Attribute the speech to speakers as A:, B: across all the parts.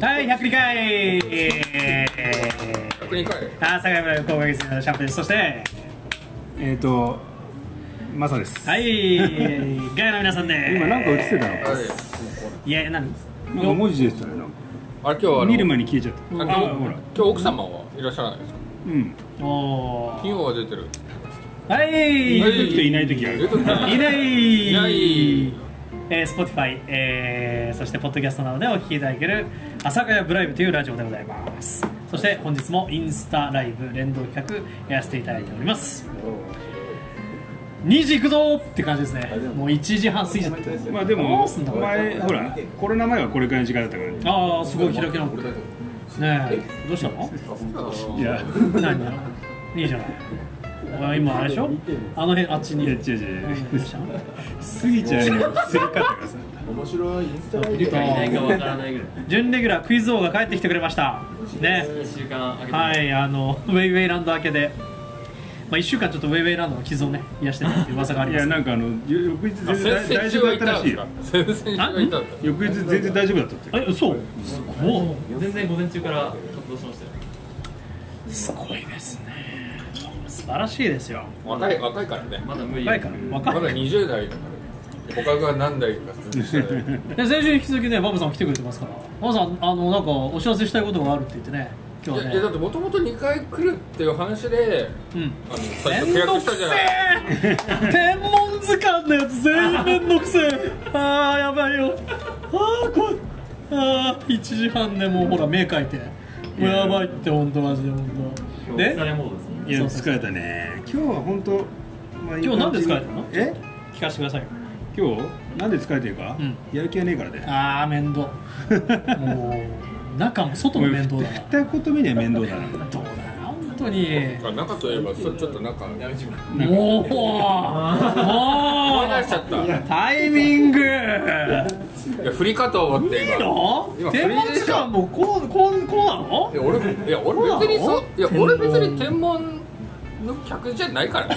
A: はい、102回
B: 百人会
A: あー、酒井村福岡月のシャンプーです。そして、
C: えっ、ー、と、マサです。
A: はい、ガヤの皆さんで
C: 今なんか映ってたの
B: はい
A: いや、な
C: な
A: ん
C: んか文字出てたね。なんか
B: あれ今日はあの
C: 見る前に消えちゃった。
B: あ
C: あ、
B: の
C: ほら
B: 今。日奥様はいらっしゃらないですか
C: うん。
A: お
B: 金
A: ー
B: 曜は出てる
A: はい、い
C: いる時といない時あ
B: 出
C: る
B: て。ない
A: ない
B: いない
A: えー、Spotify、えー、そしてポッドキャストなどでお聞きいただける「阿佐ヶ谷ブライブ」というラジオでございますそして本日もインスタライブ連動企画やらせていただいております2時行くぞーって感じですねもう1時半過ぎちゃった
C: まあで
A: ど
C: も、
A: うすんだ
C: お前、ほら、コロナ前はこれくらいの時間だったからね。
A: ああすごい開き直ってねえどうしたの
C: いや、
A: 何だいいじゃないお前今あれでしょあの辺あっちに
C: いや、違う
A: う
C: 違う。
A: んどうしたの
C: 過ぎちゃうの、すり方がさ。
D: 面白いインスタライ
E: い
D: ブ
E: るかいないかわからないぐらい
A: 準レギュラークイズ王が帰ってきてくれましたね
E: 1週間あげて
A: はいあのウェイウェイランド明けで、まあ、1週間ちょっとウェイウェイランドの傷をね癒してたっていう噂があ
C: い
A: りま
C: や、
A: す
C: なんかあの、よ翌日全然
B: 先
C: 大丈
B: 週
C: 夫だ
B: は
C: っ
B: い
C: た
B: た
C: ら
B: ん
C: し
B: で
C: い
B: す
C: よ
B: か。先々週はいたんですか
C: 翌日全然大丈夫だったって。
A: えそうすごい
E: 全然午前中から活動しましたよ
A: すごいですね素晴らしいですよ
B: 若い若いからね
E: まだ無理
A: 若いから
B: ま
A: 若い
B: だ20代 だから他が何代か下だよ
A: で先週に引き続きねバブさん来てくれてますからバブさんあのなんかお知らせしたいことがあるって言ってね今
B: い
A: 日は
B: や
A: ね
B: いやだってもともと2回来るっていう話で
A: うん
B: あの最初
A: め
B: 契
A: ん
B: 約
A: どく
B: したじ
A: せ
B: ゃない
A: え天文図鑑のやつ全員めんどくせえああやばいよああこいああ1時半でもうほら目かいてもうやばいって本当マジで本当で
E: 疲れモードですね
C: いや、疲れたね。今日は本当。まあ
A: 今日なんで疲れたの
C: え
A: 聞かせてくださいよ
C: 今日なんで疲れてるか、
A: うん
C: やる気はねえからで
A: ああ面倒もう中も外も面倒だな
C: 二言目には面倒だな
A: どうだな本当に
B: 中といえばそれちょっと中
A: もうも
B: 思い出しちゃ
A: う
B: った
A: タイミングい
B: いや振り方をって
A: い
B: 今
A: の
B: 今
A: 天文図鑑もこうこうこうなの
B: いや俺いや俺別に
A: そうな
B: そ
A: の
B: いや俺別に天文の客じゃないからね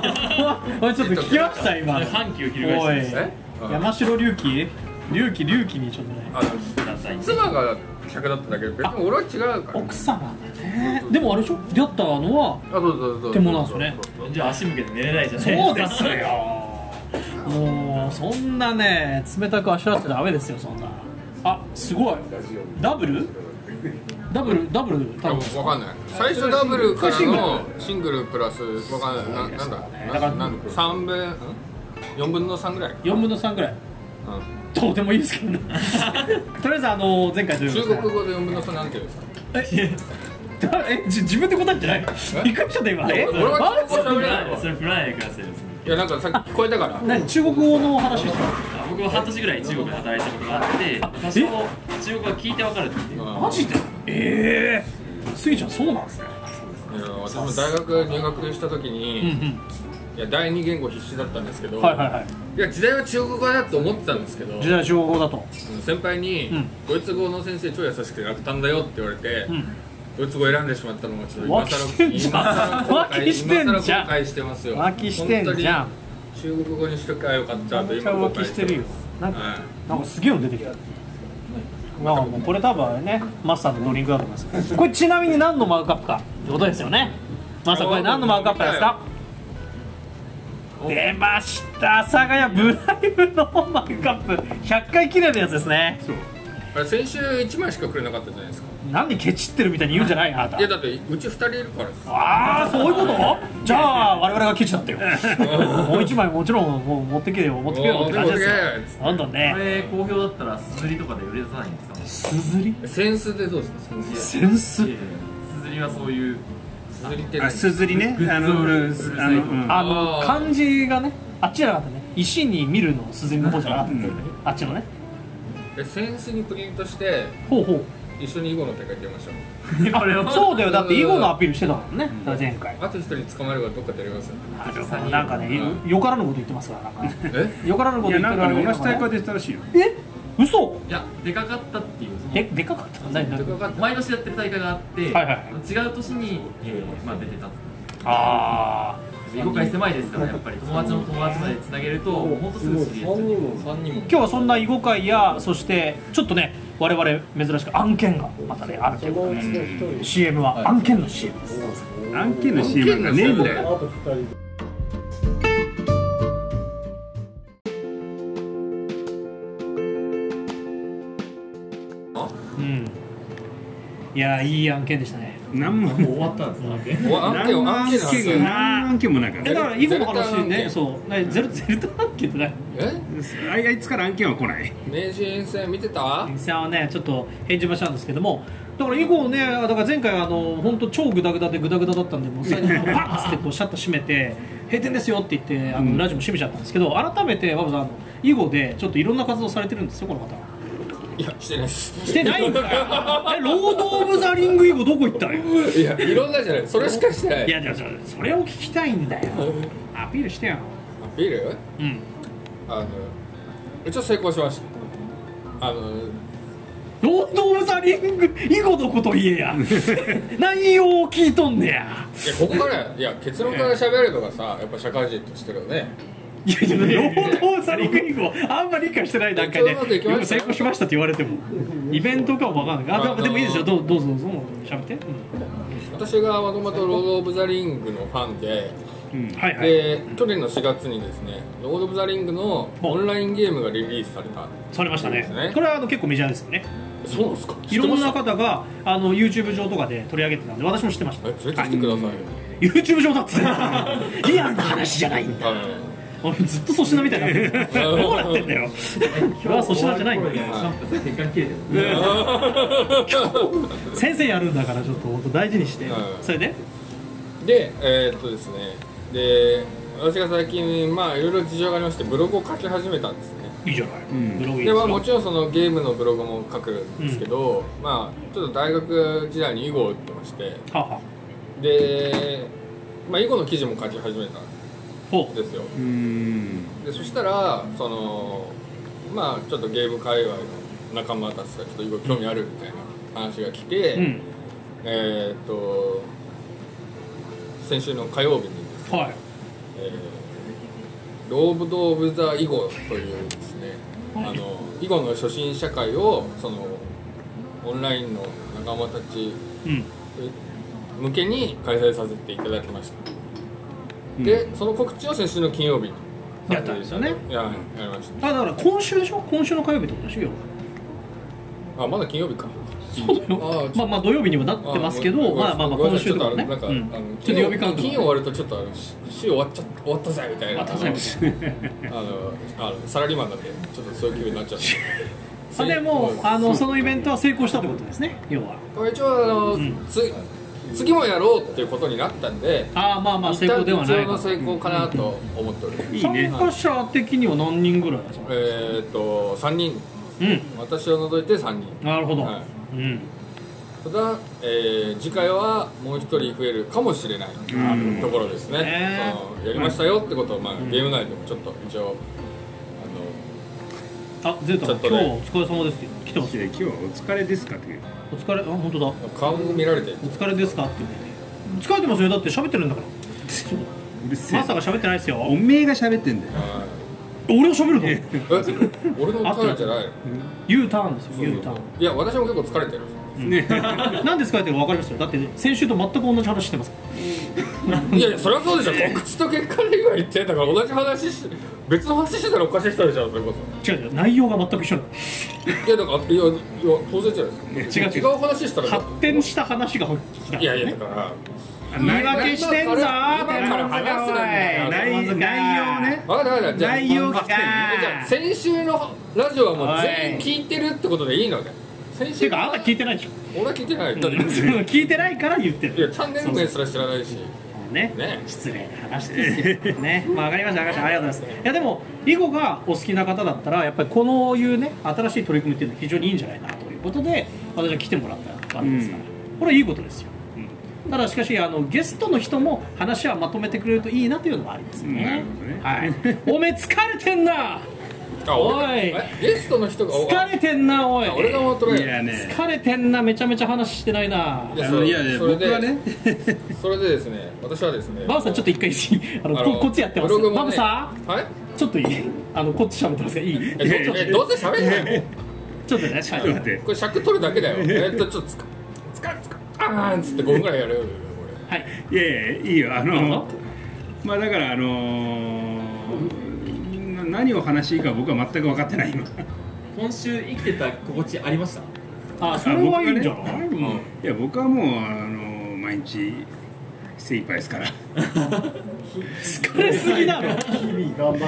A: おいちょっと聞きました今
E: 阪急翻
A: お
E: し
A: い
B: えあ
A: 山城隆起隆起隆起にちょっとね
B: あ
E: てください
B: 妻が客だっただけで別に俺は違うから
A: 奥様だねでもあれでしょ出会ったのは
B: あそうそうそう
A: 天文なんですね
E: じゃあ足向けて寝れないじゃない
A: そう
E: か
A: ですよもうそんなね冷たくあしらっちゃダメですよそんなあすごいダブルダブルダブル
B: 多
A: 多分
B: 分分かんない最初ダブルからのシングルプラス分かんないななんだ
A: だから
B: なんなん3分4分の3ぐらい、
A: 4分の3ぐらい
B: うん
A: どうでもいいですけど ねとりあえずあの前回ということで
B: 中国語で4分の3なんていうんですか
A: えだえじ自分で答えんじゃないびっくりしちゃった今え
B: 俺は
A: あ
B: 中国語喋れないわ
E: それフライで暮らしてるんです
B: いやなんかさっき聞こえたから
A: 何中国語の話してた
E: 僕は半年ぐらい中国で働いたことがあって多少中国語は聞いてわかるっていう
A: マジでええスイちゃんそうなんですね
B: いや私も大学入学した時
A: うんう
B: に、
A: ん
B: いや第二言語必死だったんですけど、
A: はいはいはい
B: いや時代は中国語だと思ってたんですけど
A: 時代中国語だと
B: 先輩に、
A: うん
B: ドイツ語の先生超優しくて楽単だよ」って言われて、
A: ん
B: ドイツ語選んでしまったのがちょっと
A: 浮
B: 今
A: 気して
B: 更
A: んじゃ
B: 今更後
A: ん浮
B: 悔今更後
A: 気してんじゃん
B: 悔してますよ
A: 浮気してんじゃん
B: 本当に中国語にしときゃよかったと
A: めっち
B: 今
A: ゃ
B: 後
A: 浮
B: 悔
A: 気してるよなんか
B: は
A: なんかすげえの出てきたなんかもうこれ多分ねマスターのドリンクだと思いますこれちなみに何のマグカップかってことですよねマスターこれ何のマグカップですか出ました阿佐ヶ谷ブライブのマグカップ100回切れるやつですね
B: いあれ先週1枚しかくれなかったじゃないですか
A: なんでケチってるみたいに言うんじゃないあなた
B: いやだってうち2人いるからです
A: ああそういうことじゃあ我々がケチだったよもう一枚もちろんもう持ってけよ持ってけよって感じですよ
B: おー持ってけ
A: どんどん
E: こ
A: ね
E: れ好評だったらすずりとかで売れ出さないんですかね
A: すずり
B: センスでどうですかセンス
A: センス
E: いやいやすずりはそういう
B: すりって
C: あすずりね
E: グッズ
C: あの
E: を売る
C: うんあの、うん、
A: あの
B: あー
A: 漢字がねあっちじゃなかったね石に見るのすずりの方じゃなかった、
C: うん
A: あっちのね
B: えセンスにプリントして
A: ほうほう
B: 一緒に囲碁の大会出ましょう
E: これ
A: あそうだよだって囲碁のアピールしてたもんねだから前回
B: あと1人捕まればどっか出れますよ
A: なんかね
B: う
A: よからぬこと言ってますからなんか
B: え
A: よからぬこと
C: い
A: 言
C: や
A: って
C: な
A: る
C: んか
A: 割
C: ね
A: に
C: 同
A: なん
C: じ
A: かね
C: 大会でしたらしいよ
A: え嘘
E: いやでかかったっていうその
A: ででかかった何
B: でか
A: 何
B: かった
E: 毎年やってる大会があって、
A: はいはい
E: 違う年に、えーまあ、出てた
A: ああ
E: 囲碁界狭いですからやっぱり友達の友達までつなげるともうほんとすぐ知り合っちゃう
A: 今日はそんな囲碁界やそしてちょっとね我々珍しく案件がまたねあるということで、CM は案件の CM です、
D: 案件の CM がねえんだよ
A: うんいやいい案件でしたね
C: 何も
F: 終わったんですか案件
B: お案件
C: 何も
B: 案件の話
C: 案件何も案件もなかっ
A: えだ
C: た
A: から囲碁の話
B: ゼルタ案
A: ね
B: 件
A: そうねゼル ゼルタ案件ってない
B: え
C: あいあいつから案件は来ない
B: 名人戦見てた
A: 店はねちょっと返事もしたんですけどもだから以降ねだから前回はあの本当超グダグダでグダグダだったんでもう最後 パッつってこうシャッター閉めて閉店ですよって言ってあのラジオも閉めちゃったんですけど改めて和ブさんあの以後でちょっといろんな活動されてるんですよこの方
B: いやしてないです
A: してないん かよえロード・オブ・ザ・リング以後どこ行ったのよ
B: いやいろんなじゃないそれしかしてない
A: いやじゃあじゃあそれを聞きたいんだよアピールしてよ
B: ビール
A: うん
B: あの一応成功しましたあの
A: ロード・オブ・ザ・リング以後のこと言え や内容を聞いとんねや
B: いやここからいや結論から喋るのがさやっぱ社会人としてるね
A: いやいや、労働さリングインをあんまり理解してない段階で、
B: ちょうどできました
A: よく成功しましたって言われても、イベントかもわかんない。あ、でも、でもいいですよ、どう、どうぞ、どうぞ、喋って。う
B: 私がもともとロード・オブ・ザ・リングのファンで
A: ん、はい、はい。
B: で去年の4月にですねロード・オブ・ザ・リングのオンラインゲームがリリースされた
A: されました
B: そうです
A: ね
B: ね。
A: これは、あの、結構メジャーですよね。
B: そうなんですか
A: いろんな方が、あの、YouTube 上とかで取り上げてたんで、私も知ってました
B: え。連れてきてくださいよ
A: YouTube 上だっつっ てリアルな話じゃないんだ。
B: あの
A: 俺ずっと粗品みたいな。どうなってんだよ。今日は粗品じゃないんだよ。
F: 欠陥切れてる
A: 先生やるんだから、ちょっと本当大事にして
B: は。い
A: それで。
B: でえーっとですねで私が最近まあいろいろ事情がありましてブログを書き始めたんですね
A: いいじゃない。
C: ん
A: ブログいい
B: で
A: です
B: まあ
A: よ
B: もちろんそのゲームのブログも書くんですけど、まあちょっと大学時代に囲碁を打ってまして
A: はあはあ。
B: でまあ囲碁の記事も書き始めたん
A: ほう。
B: ですよ
C: うーん
B: でそしたらそのまあちょっとゲーム界隈の仲間たちがちょっと囲碁興味あるみたいな話が来て、
A: うん。
B: えーっと先週の火曜日にですね
A: はい。
B: えーローブ・ド・オブ・ザ・囲碁というですね、あの囲碁の初心者会をそのオンラインの仲間たち
A: うん。
B: 向けに開催させていただきました、でその告知を先週の金曜日に
A: やったんですよね
B: いややりまし
A: あだから今週でしょ今週の火曜日ってことでしょ要は
B: たあまだ金曜日か
A: そうだよ
B: あ
A: まあまあ土曜日にもなってますけどまあまあまあ今週とかね
B: ちょっとあ
A: う
B: のなん
A: ん
B: か、あの
A: ちょっと
B: 金
A: 呼
B: 曜
A: び感と
B: 金曜終わるとちょっとあのし週終わっちゃ終わったぜみたいな
A: あ確かに
B: あのあのサラリーマンなんでちょっとそういう気分になっちゃって
A: あでもあのそのイベントは成功したってことですね要は
B: まあ一応あの、
A: ん
B: つ次もやろうっていうことになったんで、
A: ああまあまあ成
B: 一旦
A: 功ではな
B: 一
A: い
B: 応の成功かなと思っております、
C: いいね
A: 参加者的には何人ぐらいだそう
B: えーっと3人
A: うん
B: 私を除いて3人
A: なるほど、
B: はい
A: うん
B: ただ、えー次回はもう1人増えるかもしれないところですね、
A: ね
B: そのやりましたよってことを、まあ、ゲーム内でもちょっと一応
A: あゼータ
B: ちょ
A: 今
B: っ
A: 日
B: とね
A: お疲れ様ですって来てます
C: い
A: よ
C: や今日はお疲れですかっていう
A: お疲れあ本当だ
B: あの顔を見られて
A: お疲れですかって言ってね疲れてますよだって喋ってるんだから
C: うるせえ
A: マスターが喋ってないですよ
C: おめえが喋ってんだよ
B: あ
A: 俺を喋るの
B: ーえ 俺の疲れじゃない
A: U ターンですよ U ターン
B: いや私も結構疲れてる
C: ね
A: なんで疲れてるか分かりますよだって先週と全く同じ話してます
B: いやいやそれはそうでしょ告知と結果で今言ってだから同じ話し別の話してたらおかしい人でしょそれこ
A: 違う違う内容が全く一緒なの
B: そいやだからいやいや当然じゃないですか
A: 違う違う
B: う話したら
A: 発展した話が聞きたい
B: いやいやだから
A: 言い訳してんぞー
B: 今から話すんだよ
A: おい
C: 内内容ね
B: 分かった分かったじゃあ
C: 内容が
A: じ
B: じゃ
A: ゃ
B: あ
A: あ
B: 先週のラジオはもう全員聞いてるってことでいいので先
A: て
B: 週
A: かあなた聞いてないでしょ
B: 俺は聞いてないだってい
A: 聞いてないから言ってる
B: やチャンネル名すら知らないし
A: ね
B: ね
A: 失礼な話ですよねまあ分かりました分かりましたありがとうございますいやでも囲碁がお好きな方だったらやっぱりこのいうね新しい取り組みっていうのは非常にいいんじゃないかなということで私は来てもらったわけですから、これはいいことですよ、うんただしかしあのゲストの人も話はまとめてくれるといいなというのもありますよ
C: うんなる
A: ね,、
C: ほどね
A: はい、おめえ疲れてんな
B: あ俺が
A: おい
B: えゲストの人がお
A: 疲れてんなおい
B: あ俺がもうと
C: い
B: ら
C: やね
A: 疲れてんなめちゃめちゃ話してないない
B: や
C: あ
B: そ
C: の
B: れ
C: いやいや
B: それで
C: 僕はね
B: それでですね私はですね
A: バブさんちょっと一回いいあの
B: あ
A: こ
B: の
A: こっちやってま
B: ブロ
A: す
B: グもね
A: バブさん
B: はい
A: ちょっといいあのこっち喋ってますがいい
B: えどうせ喋んない
A: ちょっと ね、ちょっと待って
B: これ尺取るだけだよえっとちょっとつかつかつかあーんっつって5分ぐらいやるよこ
E: はい
D: いやいやいいよあのまあだからあのーな何を話していいか僕は全く分かってない今
F: 今週生きてた心地ありました
A: あ、それはいいんじゃない
D: い、うんいや僕はもうあのー毎日精一杯ですから
A: 疲れすぎだろ。
D: 日々頑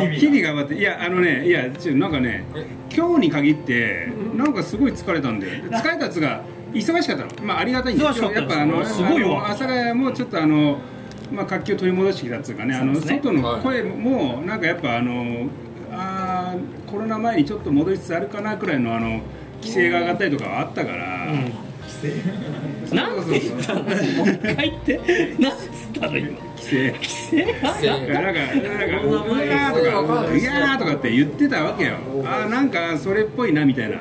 D: 張っていやあのねいやちょなんかね
B: え
D: 今日に限ってなんかすごい疲れたんで疲れたやつが忙しかったのまあありがたいんですけど
A: 忙しか
D: や
A: っ
D: ったぱあの
A: ですごいわ
D: あの阿佐ヶ谷もちょっとあのまあ活気を取り戻してきたっていうかねあの
A: そうですね
D: 外の声もなんかやっぱあのあーコロナ前にちょっと戻りつつあるかなくらいのあの規制が上がったりとかはあったから、
A: なんて言ったの？もう一回言って。なんつったの今？
D: 規制
A: 規制？
B: れ
D: いやなんか、なんか、うわーとか、いやーとかって言ってたわけよ。あー、なんか、それっぽいなみたいな。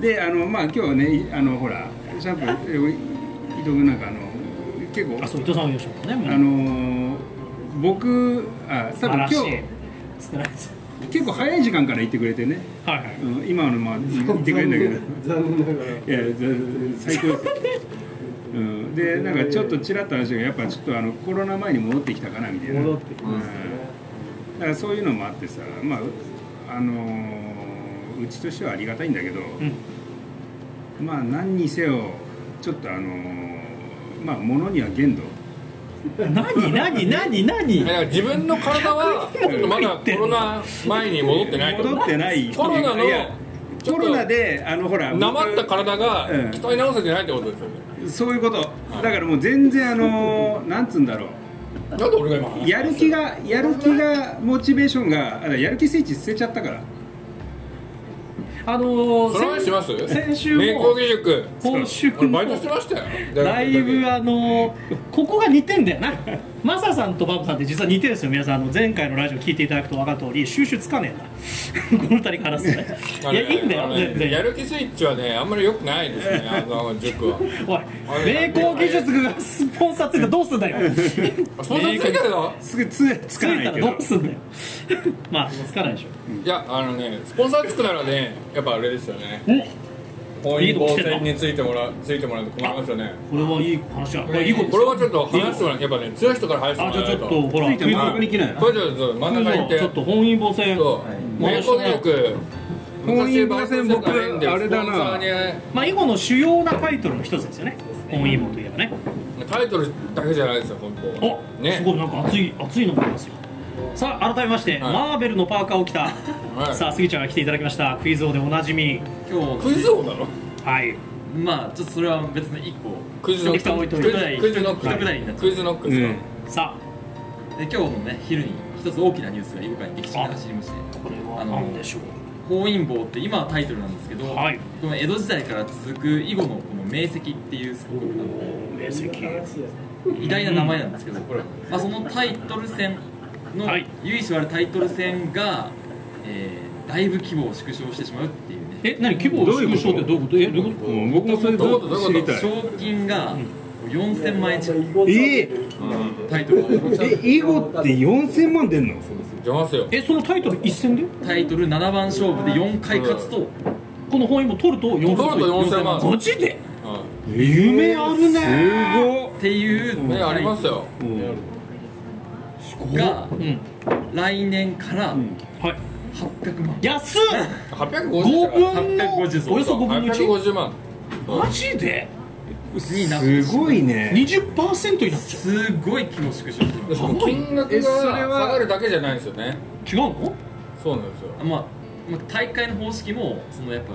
D: で、あの、まあ、今日ね、あの、ほら、シャープ、え伊藤君なんか、あの、結構、
A: あ、そう伊藤さんが言いましたもんね。
D: あのー、僕、あ、多
A: 素晴
D: 分今
A: らし
D: 日
A: い、つってないです。
D: 結構早い時間から言ってくれてね。
A: はいはい。
D: うん今の、まあ、言ってくれるんだけど。
G: 残念ながら
D: いや最高ですよ、うん、でなんかちょっとちらっと話がやっぱちょっとあのコロナ前に戻ってきたかなみたいな
G: 戻ってきますね
D: うん、だからそういうのもあってさまああのーうちとしてはありがたいんだけど、まあ何にせよちょっとあのーまあ物には限度
A: 何何何
B: れだ
A: 何？
B: から自分の体はまだコロナ前に戻ってないと
D: 戻ってない
B: コロナの
D: いや
B: ちょっと
D: コロナであのほら
B: なまった
D: 僕
B: 体が
D: うん
B: 鍛え直せてないってことですよね
D: そういうことだからもう全然あのーなんつうんだろう
B: なんで俺が今話してる
D: やる気がやる気がモチベーションがあやる気スイッチ捨てちゃったから
A: あの
B: その話し
A: ー、
B: ます
A: 先週も
B: 名工義塾
A: 今週
B: 俺
A: も
B: バイトしてましたよ
A: だいぶ
B: は
A: あのーここが似てんだよな。マサさんとバブさんって実は似てるんですよ皆さんあの前回のラジオ聞いていただくと分かる通り収集つかねえなこの二人からすとねいやいいんだよ全然
B: やる気スイッチはねあんまり良くないですねあの塾は
A: おい名工技術がスポンサーついたらどうすんだよ
B: あスポンサーついてるの
D: すぐつつ
A: つ
D: か
A: い
D: な
A: た
D: い
A: ら
D: け
A: ど
D: ど
A: うすんだよ まあつかないでしょ
B: いやあのねスポンサーつくならねやっぱあれですよね
A: お
B: 本因坊戦についてもらうついてもらうと困りますよね
A: これはいい話だこれいいこと
B: これはちょっと話してもらうやっぱね強い人から話しても
A: あ
B: ら
A: じゃあ
B: わ
A: ち
B: な
A: ょ
B: い
A: っとほら
D: ついてもらう
A: クイズ
D: きない
B: これちょっと真ん中行って
A: ちょっと本因坊戦
B: そう
A: 回
B: 名
A: しても
B: 工
A: らおう
B: 義塾
D: 本因坊戦僕
B: 昔バイトしてた縁で
D: あれだな
B: スポンサー
A: まあ囲碁の主要なタイトルの一つですよね本因坊といえばね
B: にタイトルだけじゃないですよ本当は
A: お
B: ね
A: すごいなんか熱い熱いのがありますよさあ改めまして、
B: はい
A: マーベルのパーカーを着た、
B: はい
A: さあスギちゃんが来ていただきましたクイズ王でおなじみ
E: 今日
B: クイズ王だろ
A: はい
E: まあちょっとそれは別の一個
B: クイズノック
A: 適当に置いとい
B: クイズ
A: て
B: クイズノック
E: 一くだりになっちゃう
B: クイズノック
D: う
B: です
D: ん
B: か、
A: さ
E: で今日のね昼に一つ大きなニュースが囲碁界に歴史に走りまして
A: あこれ
E: あ
A: は
E: の
A: 何でしょう
E: 本因坊って今はタイトルなんですけど、
A: はい
E: この江戸時代から続く囲碁のこの名跡っていうすごくあの
A: 名跡
E: 偉大な名前なんですけど、
B: これ
E: まあ、そのタイトル戦の
A: はい
E: 由緒あるタイトル戦が、えーだいぶ規模を縮小してしまうっていうね
A: え何規模を縮小ってどういうことえどういうこ
D: うん僕もそれ
B: どういうこと
D: と知りたい
E: 賞金が4000万円近く
D: え
E: タイトル
D: え囲碁って4000万出んの
B: 出ますよ
A: とえそのタイトル一戦で
E: タイトル7番勝負で4回勝つと
A: この本因坊取ると4
B: 取ると4000万
A: マジで
B: は
A: 夢あるね
E: っていう
B: いねありますよ
D: すごっうん
E: が
A: うん
E: 来年から
A: はい
E: 800万
A: 安っ
B: 850
A: 5
B: だか
A: 分の
E: 850そう
A: およそ5分の
B: ら
A: 1
B: 850万
A: マジで
E: になって
D: す
E: しまう
D: ごいね
A: 20%になっちゃ
E: すごい規模縮小して
B: で
E: ま
B: その金額
D: え
B: が
D: それは
B: 下がるだけじゃないんですよね
A: う違うの
B: そうなんですよ
E: す、まあまあ、大会の方式もそのやっぱ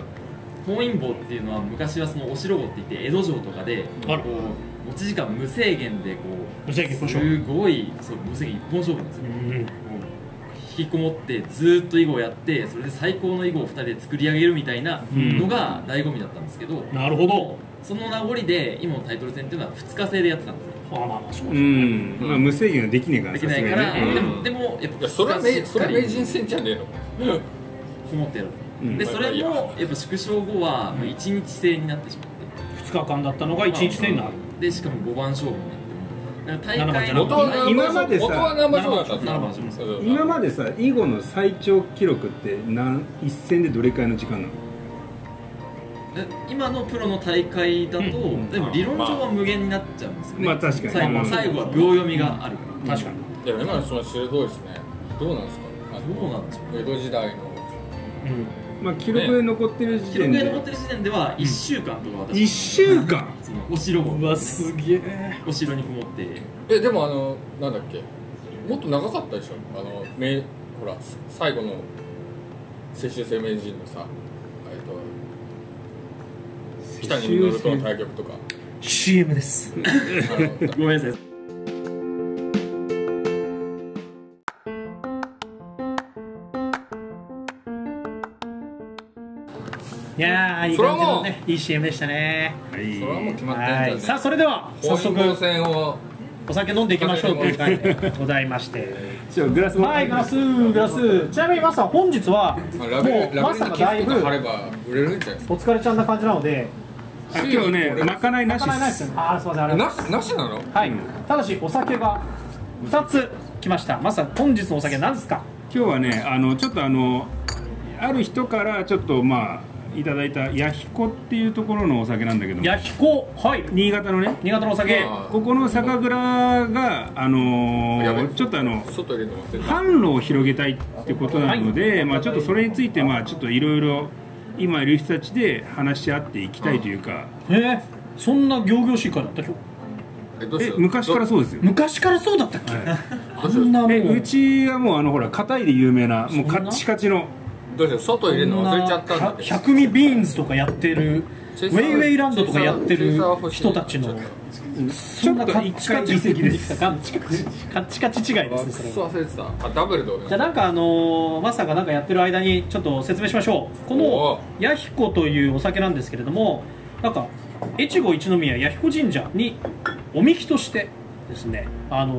E: 本因坊っていうのは昔はそのお城碁っていって江戸城とかでこ
A: あら
E: う持ち時間無制限でこう
A: 無制限一本勝負
E: すごいそう無制限一本勝負なんですよ、
A: う
E: も
A: ん
E: う引きこもってずーっと囲碁をやってそれで最高の囲碁を2人で作り上げるみたいなのが醍醐味だったんですけど、
A: なるほど
E: その名残で今のタイトル戦っていうのは2日制でやってたんですよ
A: まあまあまあそう
D: う
A: ですね
D: んまあ無制限はできねえから
E: できないから、
D: さすがに
E: で
D: ね
E: もでもやっ
B: い
E: ぱ
B: やそれは名それは名
E: 人
B: 人戦じゃねえの
E: こもってやる、
D: うん
E: でそれもやっぱ縮小後はまあ一日制になってしまって、
A: 2日間だったのが1日制になる
E: でしかも5番勝負になってだから大会
A: 七
E: の
A: 番じ
B: 元は
A: ゃな
B: 何
D: 今までさ
B: 元は何番勝負だったんですか
E: 7番勝負です
B: うん
D: 今までさ囲碁の最長記録って何一戦でどれくらいの時間なの
E: え今のプロの大会だと、でも理論上は無限になっちゃうんですよね、
D: まあ確かに
E: 最
D: まあ
E: 後
D: まあ
E: 最後は秒読みがあるから、
C: 確かに
B: いや今の質問鋭いですねどうなんですかあの
E: どうなんでしょう
B: 江戸時代の
A: うん
D: まあ記録に残ってる時
E: 記
D: 点
E: 録に
D: で
E: 残ってる時点では1週間とか私、
D: 1週間
E: そのお城も
A: うわすげえ
E: お城にこもって
B: えでもあのなんだっけもっと長かったでしょあのめほら最後の世襲生名人のさえっと北に実るとの対局とか
A: CM です
B: あの
A: ごめんなさいいやーいい
B: それはも
A: 感じ
B: う
A: のねいい CM でしたね
B: それはもう決まってんじゃ
A: は
B: ん、
A: い
B: ね、
A: さあそれでは早
B: 方針
A: 速
B: 防線を
A: お酒飲んでいきましょうという会でございまして
C: じゃあグラスも
A: はいグラスグラスちなみにマスター本日は
B: まあラベ
A: も
B: ル
A: う
B: ラ
A: マ
B: ベ
A: ス
B: ル
A: タ
B: に
A: ーが
B: 切
A: だい
B: 符とか貼
A: ぶ
B: れば売れるんじゃないですか
A: お疲れちゃんな感じなので
D: あ今日ねまかないなし
A: なかな
D: で
A: いですよ
D: す
A: ねあーすいませんありがとうございます
B: なしなしなの
A: はい、ただしお酒が2つ来ましたまさ本日のお酒なんですか
D: 今日はねあのちょっとあのある人からちょっとまあいただいた弥彦っていうところのお酒なんだけども
A: やひこはい
D: 新潟のね
A: 新潟のお酒
B: あー
D: ここの酒蔵があの
B: やべ
D: ーちょっとあの
B: 外入れてますよ
D: 販路を広げたいってことなので、まあ、ちょっとそれについてまあちょっといろいろ今いる人たちで話し合っていきたいというか、
A: えー、そんな行々しい会だったっけ
B: えどうし
D: え
B: よう
D: 昔からそうですよ
A: 昔からそうだったっけ、あんなも
D: えう
A: う
D: ちはもうあのほら硬いで有名なもうん
A: な
D: カッチカチの
B: どうしよう外入れるの忘れちゃったんだけど
A: 100味ビーンズとかやってるウ
B: チェイ
A: ェ
B: サー
A: イウェイランドとかやって
B: チェイ
A: る
B: サー欲しい
A: 人たちの
B: ちょっと
A: そんなカッチカチ
D: ちょっと一回移籍です
A: カッチカチカッチカチ違い
B: あ
A: です
B: く
A: ね
B: っ
A: それは
B: そ忘れてたあダブルでお願い
A: じゃあなんかあのー、マスターがなんかやってる間にちょっと説明しましょうこ
B: お
A: のヤヒコというお酒なんですけれどもなんか越後一宮ヤヒコ神社におみきとしてですねあのー、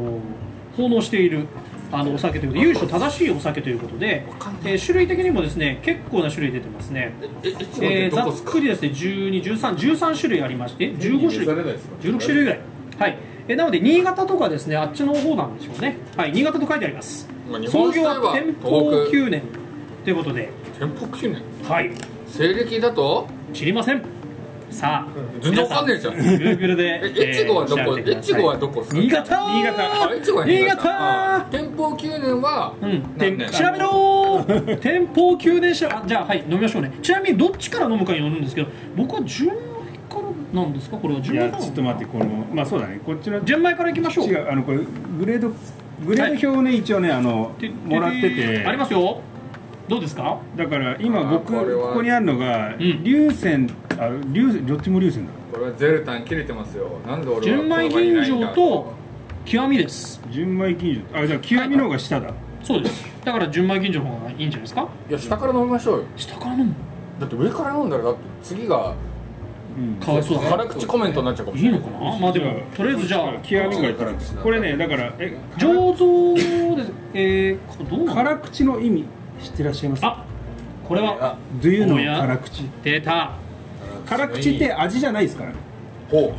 A: 奉納しているあのお酒ということで由緒正しいお酒ということで、えー種類的にもですね結構な種類出てますね
B: えいつま
A: え
B: で
A: ー、
B: ど
A: ざ
B: こ
A: っ
B: すか
A: くりですね121313種類ありまして15種類16種類ぐらいはいえーなので新潟とかですねあっちの方なんでしょうねはい新潟と書いてあります
B: まあ日本
A: 創
B: 酒
A: 業
B: といえば
A: は天保
B: 東北
A: 9年ということで
B: 天保9年
A: はい
B: 西暦だと
A: 知りませんさあ
B: 全然わかんねえじゃん
A: 皆さ Google で
B: え越後はどこ
A: 調べてくださ
B: 越
A: い
B: 後はどこっすか
A: 新潟
D: 新潟
B: あ越後は
A: 新
B: あ
A: 潟
B: 天保9年は
A: うん
B: 何年
A: 調べろ ー天保9年しらあじゃあはい飲みましょうねちなみにどっちから飲むかによるんですけど僕は純米からなんですかこれはい純米
D: や
A: か
D: ちょっ
A: ら
D: と待ってこのまあそうだねこっちの
A: 純米からいきましょう
D: 違うあのこれグレードグレード表をね、一応ねあの
A: て
D: もらってて
A: ありますよどうですか
D: だから今僕
B: あーこ
D: こ
B: れは
D: こにあるのが
A: ん
D: 流線あ流どっちも流線だ
B: これはゼルタン切れてますよなんで俺は
A: 純米吟醸と極みです
D: 純米吟醸あじゃあ極みの方が下だ、
A: そうですだから純米吟醸の方がいいんじゃないですか
B: いや下から飲みましょうよ
A: 下から飲む
B: だって上から飲んだらだって次が
D: うん
A: かわいそうだな
B: 辛口コメントになっちゃうかもし
A: いい
B: れな
A: の
B: い
A: かなまあでもとりあえずじゃあ
D: 極みが
B: 辛口だ
D: これねだからえ
A: 醸造ですえー、こどうなの
D: 辛口の意味知ってらっしゃいます
A: あこれは
D: どういうの
A: おや
D: 辛口
A: データ
D: 辛口って味じゃないですからね
B: ほ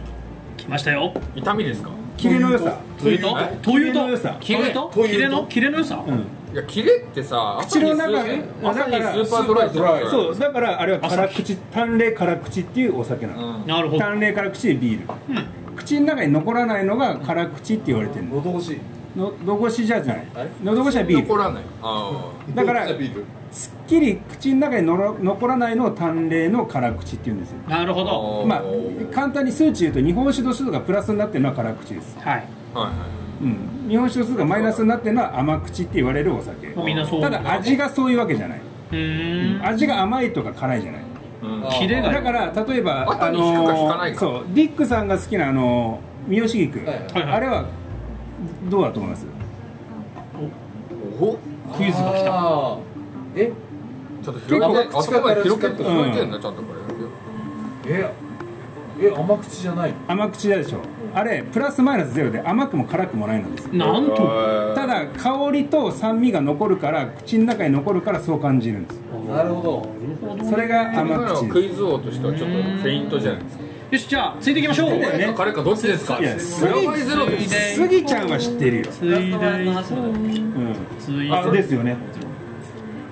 A: 来ましたよ
B: う痛みですか
D: キレの良さ
A: というと
B: え
A: という
D: キレの良さ
A: というと
B: というと
A: キレのキレの良さ、
D: うん
B: いやキレってさ
D: 口の中で
B: まさにスーパードライじゃん
D: そうだからあれは辛口淡麗辛口っていうお酒な
B: う
D: の、
B: ん
A: なるほど
D: 淡麗辛口でビール、口の中に残らないのが辛口って言われてるの
G: 喉越し
D: のど越しじゃない喉越しはビー
B: 残
D: ル
B: らないあ
D: だから
G: ビール
D: すっきり口の中にのろ残らないのを淡麗の辛口って言うんですよ
A: なるほど
B: ー
D: まあ簡単に数値言うと日本酒度数がプラスになってるのは辛口です、
A: はい
B: はいは
D: うん、日本酒度数がマイナスになってるのは甘口って言われるお酒
A: もうみんなそう
D: ただ味がそういうわけじゃない、
A: うーん
D: 味が甘いとか辛いじゃない
B: いうん
A: キレが
D: だから例えば
B: 後に引くか引かないか
D: そうディックさんが好きなあの三好菊、
G: はい
A: はいはい
D: あれはどうだと思います
B: お
A: クイズが来た
G: たえ
B: ちょっと広げて、あそこまで広げて、
G: うん
B: 広げてんだ、ちゃんとこれ。
G: ええ甘口じゃないの
D: 甘口でしょあれプラスマイナスゼロで甘くも辛くもないのですよ
A: なんと
D: ただ香りと酸味が残るから口の中に残るからそう感じるんです
G: なるほど
D: それが
B: 今
D: 甘
B: の
D: 口
B: ク
D: で
B: イズ王としてはちょっとフェイントじゃないですか。
A: よしじゃあついていきましょう
B: ね、彼かどっちですか。
D: いや
B: プラマイゼロです。
D: すスギちゃんは知ってるよ、
A: ついでいこう
D: うん、
A: つい
D: あ
A: で
D: ですよね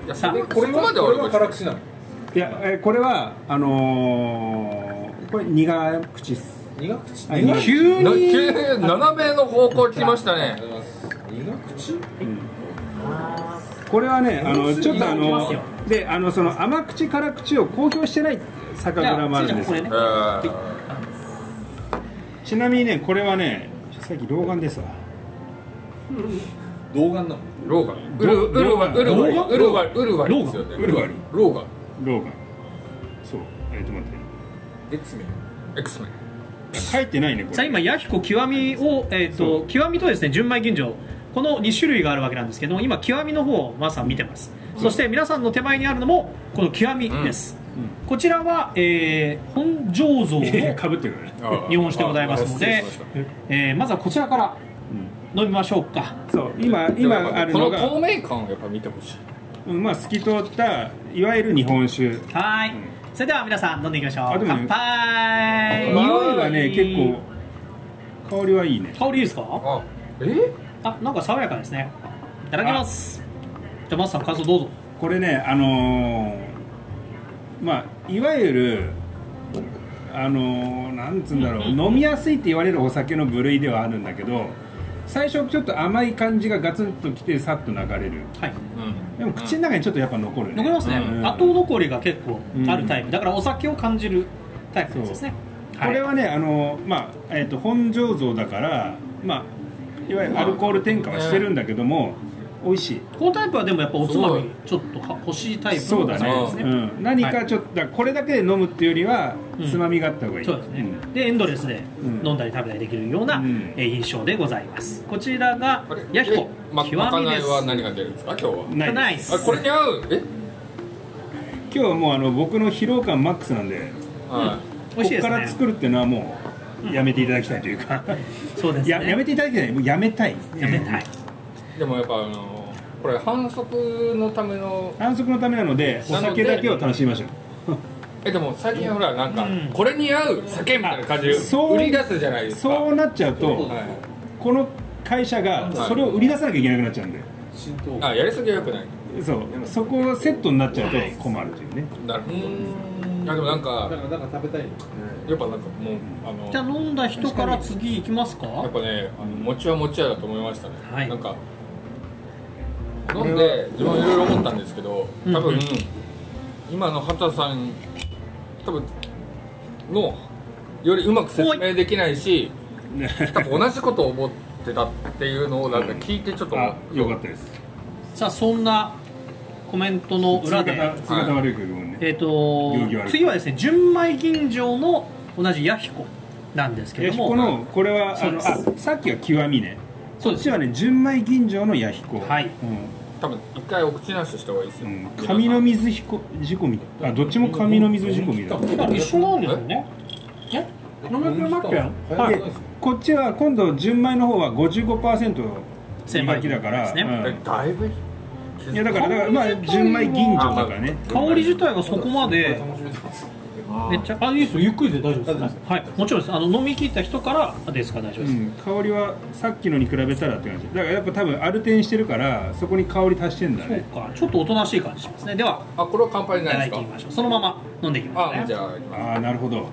B: いや、
A: さ
B: そこここまでは俺
G: これが
B: も
G: 辛口なの
D: えいや、えーこれはあのーこれ苦口っす。
G: 苦口
D: はい苦口
B: 急に斜めの方向来ましたね
G: 苦口
D: これはね、あのちょっとあ
A: いきます
D: の
A: よ
D: であのその甘口辛口を公表してない酒蔵もあるんですよ。
A: じゃあこれね
B: えー
D: ちなみにねこれはねさっき老眼ですわ。
G: 童顔なの
B: ローガンウルウルワウルワウルワウルワですよね
D: ローガン
B: ローガン
D: 老眼。そう。えっ、と待って。
G: エツメン
B: X メン
D: 書いてないねこ
A: さあ
D: れ。
A: 今ヤヒコ極みを、えー、と極みとですね純米吟醸この2種類があるわけなんですけど今極みの方を皆さん見てます、そして皆さんの手前にあるのもこの極みです、こちらは、えー本醸造の
D: かぶってるからね。
B: あー
A: 日本酒でございます
B: あ
A: の
B: ー失
A: で
B: 礼しまし
A: えーまずはこちらから飲みましょうか、
D: そう今
B: た
D: 今あるの
B: この
D: が、
B: 透明感をやっぱ見てほしい
D: うんまあ透き通ったいわゆる日本酒。
A: はーい、それでは皆さん飲んでいきましょう
D: あでもね
A: 乾杯
D: 匂いはね結構香りはいいね。
A: 香りいいですか
B: あえ
A: あなんか爽やかですねいただきますじゃあマスさん感想どうぞ
D: これねあのーまあいわゆるあのーなんつうんだろう飲みやすいって言われるお酒の部類ではあるんだけど最初ちょっと甘い感じがガツンときてさっと流れる
A: はい
D: でも口の中にちょっとやっぱ残るね
A: 残りますね、
D: うん
A: 後残りが結構あるタイプ、だからお酒を感じるタイプのやつですね
D: これはねあのーまあ、えー、と本醸造だからまあいわゆるアルコール添加はしてるんだけども美味しい
A: このタイプはでもやっぱおつま
B: そ
A: み
B: う
A: ちょっとは欲しいタイプ
D: そ
A: の
D: う
A: お
D: だ
A: 酒
D: ね
A: ですね
D: うん、何かちょっと、だからこれだけで飲むっていうよりは
A: うん
D: つまみがあった方がいい、
A: そうですね、
D: ん
A: でエンドレスで
D: うん
A: 飲んだり食べたりできるような、
D: うん
A: えー印象でございますこちらが
B: あれ
A: ヤヒコ
B: えま
A: 極
B: まか
A: み
B: な
A: で
B: い
A: す
B: は何が出るんですか今日は
D: ない
A: ナイ
D: です
A: ス
B: あこれに合うえ
D: 今日はもうあの僕の疲労感マックスなんで
B: は
A: 美味しいで
D: こ
A: す
D: こから
A: ね
D: 作るっていうのはもうやめていただきたいというか、
A: そうですね
D: ややめていただきたいもうやめたい
A: やめたい
B: いでもやっぱあのこれ反則のための
D: 反則のためなのでお
B: なので
D: 酒だけを楽しみましょう
B: えでも最近ほらなんか
A: うん
B: これに合う酒みたいな感じで
D: あそう
B: 売り出すじゃないですか
D: そうなっちゃうと
B: はい
D: この会社がそれを売り出さなきゃいけなくなっちゃうんで
G: 浸透
B: あやりすぎは良くない
D: そうそこをセットになっちゃうと困るというね
B: なるほどあでもなん
G: だか
B: から
G: なんか食べたい
B: やっぱなんかもうあの
A: じゃあ飲んだ人から次行きますか
B: やっぱねあの餅は餅屋だと思いましたね、
A: はい
B: なんか飲んで自分いろいろ思ったんですけど
A: うん
B: 多分、
A: うん
B: 今の畑さん多分のよりうまく説明できないし多分同じことを思ってたっていうのをなんか聞いてちょっと思っ
D: あ
B: て
D: よかったです
A: さあそんなコメントの裏で
D: 通過通過悪いけどもね
A: えー、と
D: 行儀悪い
A: 次はですね純米吟醸の同じヤヒコなんですけ
D: ヤ
A: ど
D: ヒ
A: も
D: コのこれはあの
A: そう
D: あ
A: で
D: さっきは極みね
A: そう
D: こ
A: で
D: っ
A: す
D: ちはね純米吟醸のヤヒコ
A: はい
B: 多分一回お口直しした方がいいです
D: う
B: よ、
D: ん、うん、紙の水ひこ仕込みあどっちも紙の水仕込みだ
A: だから一緒なんですよねえ700円
G: は
D: で
G: い
D: こっちは今度純米の方は55%
A: 千
D: 千
A: 枚
D: きだから、
A: ですね
B: えだいぶ
D: うん、いやだからだからまあ純米吟醸だからね
A: 香り自体がそこまで
G: 楽しみです
A: めっちゃあいいですよゆっくりで大丈夫です
G: 大丈夫
A: ねはいもちろんですあの飲み切った人からですから大丈夫
D: う
A: です、
D: ん、香りはさっきのに比べたらって感じだからやっぱ多分アルテンしてるからそこに香り足してんだ
A: そう
D: ね
A: かちょっとおとなしい感じしますねでは
B: あこれは乾杯
A: い
B: じゃ
A: た
B: な
A: だ
B: い
A: い
B: で
A: て
B: す
A: みましょうそのまま飲んでいき
B: かあ
A: ます
B: じ
A: ね
B: ゃあ
D: ああなるほど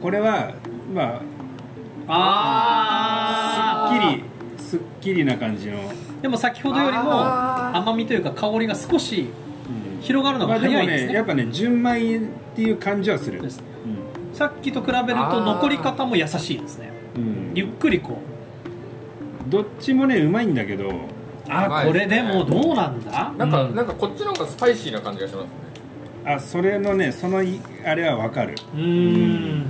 D: これはま
A: あ
D: あ
A: ー
D: すっきりすっきりな感じの、
A: でも先ほどよりも甘みというか香りが少し
D: うん
A: 広がるの
D: ま
A: が
D: あでも
A: 早いです
D: ね
A: ね,、
D: やっぱね純米っていう感じはする
A: ですね
D: うん
A: さっきと比べると残り方も優しいですね
D: うん
A: ゆっくりこ
D: どっちもねうまいんだけど
A: うあ
B: 甘い
A: こ
B: で
A: れ
B: す
A: で
B: ね
A: もどうなんだ
B: なんか、
A: うん
B: なんかこっちの方がスパイシーな感じがしますね
D: あそれのねそのいあれはわかる
A: うーん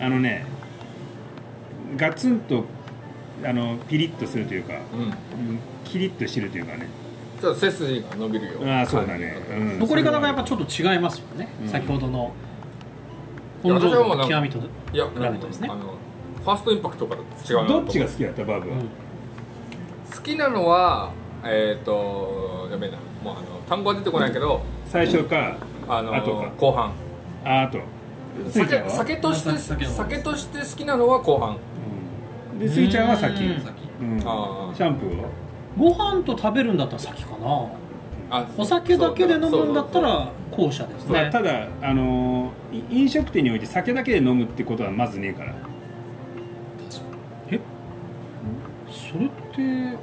D: あのねガツンとあのピリッとするというか、
B: うん
D: うんキリッとしてるというかね
B: ちょっと背筋が伸びるよ
D: ああそうだね、うん
A: 残り方がやっぱちょっと違いますよね、
D: うん
A: 先ほどの
B: いや
A: 本庄
B: 私はもう
A: の
B: なんか
A: 極みと
B: いや、
A: 比べてですね
B: あのファーストインパクトから違うなと
D: どっちが好きだったバーブは、
B: 好きなのはえっ、ー、とやべえなもうあの単語は出てこないけど
D: 最初か
B: あの
D: あとか
B: 後半
D: ああとスイちゃ
B: 酒
D: んは
B: 酒として
H: 酒
B: 酒
H: の
B: として好きなのは後半
D: うんでスイちゃんは先
A: うん
D: うん
B: あー
D: シャンプーを
A: ご飯と食べるんだったら先かな
B: あ
A: お酒だけで飲むんだったら後者です
D: まあ
A: ね
D: ただあのい飲食店において酒だけで飲むってことはまずねえから
A: それって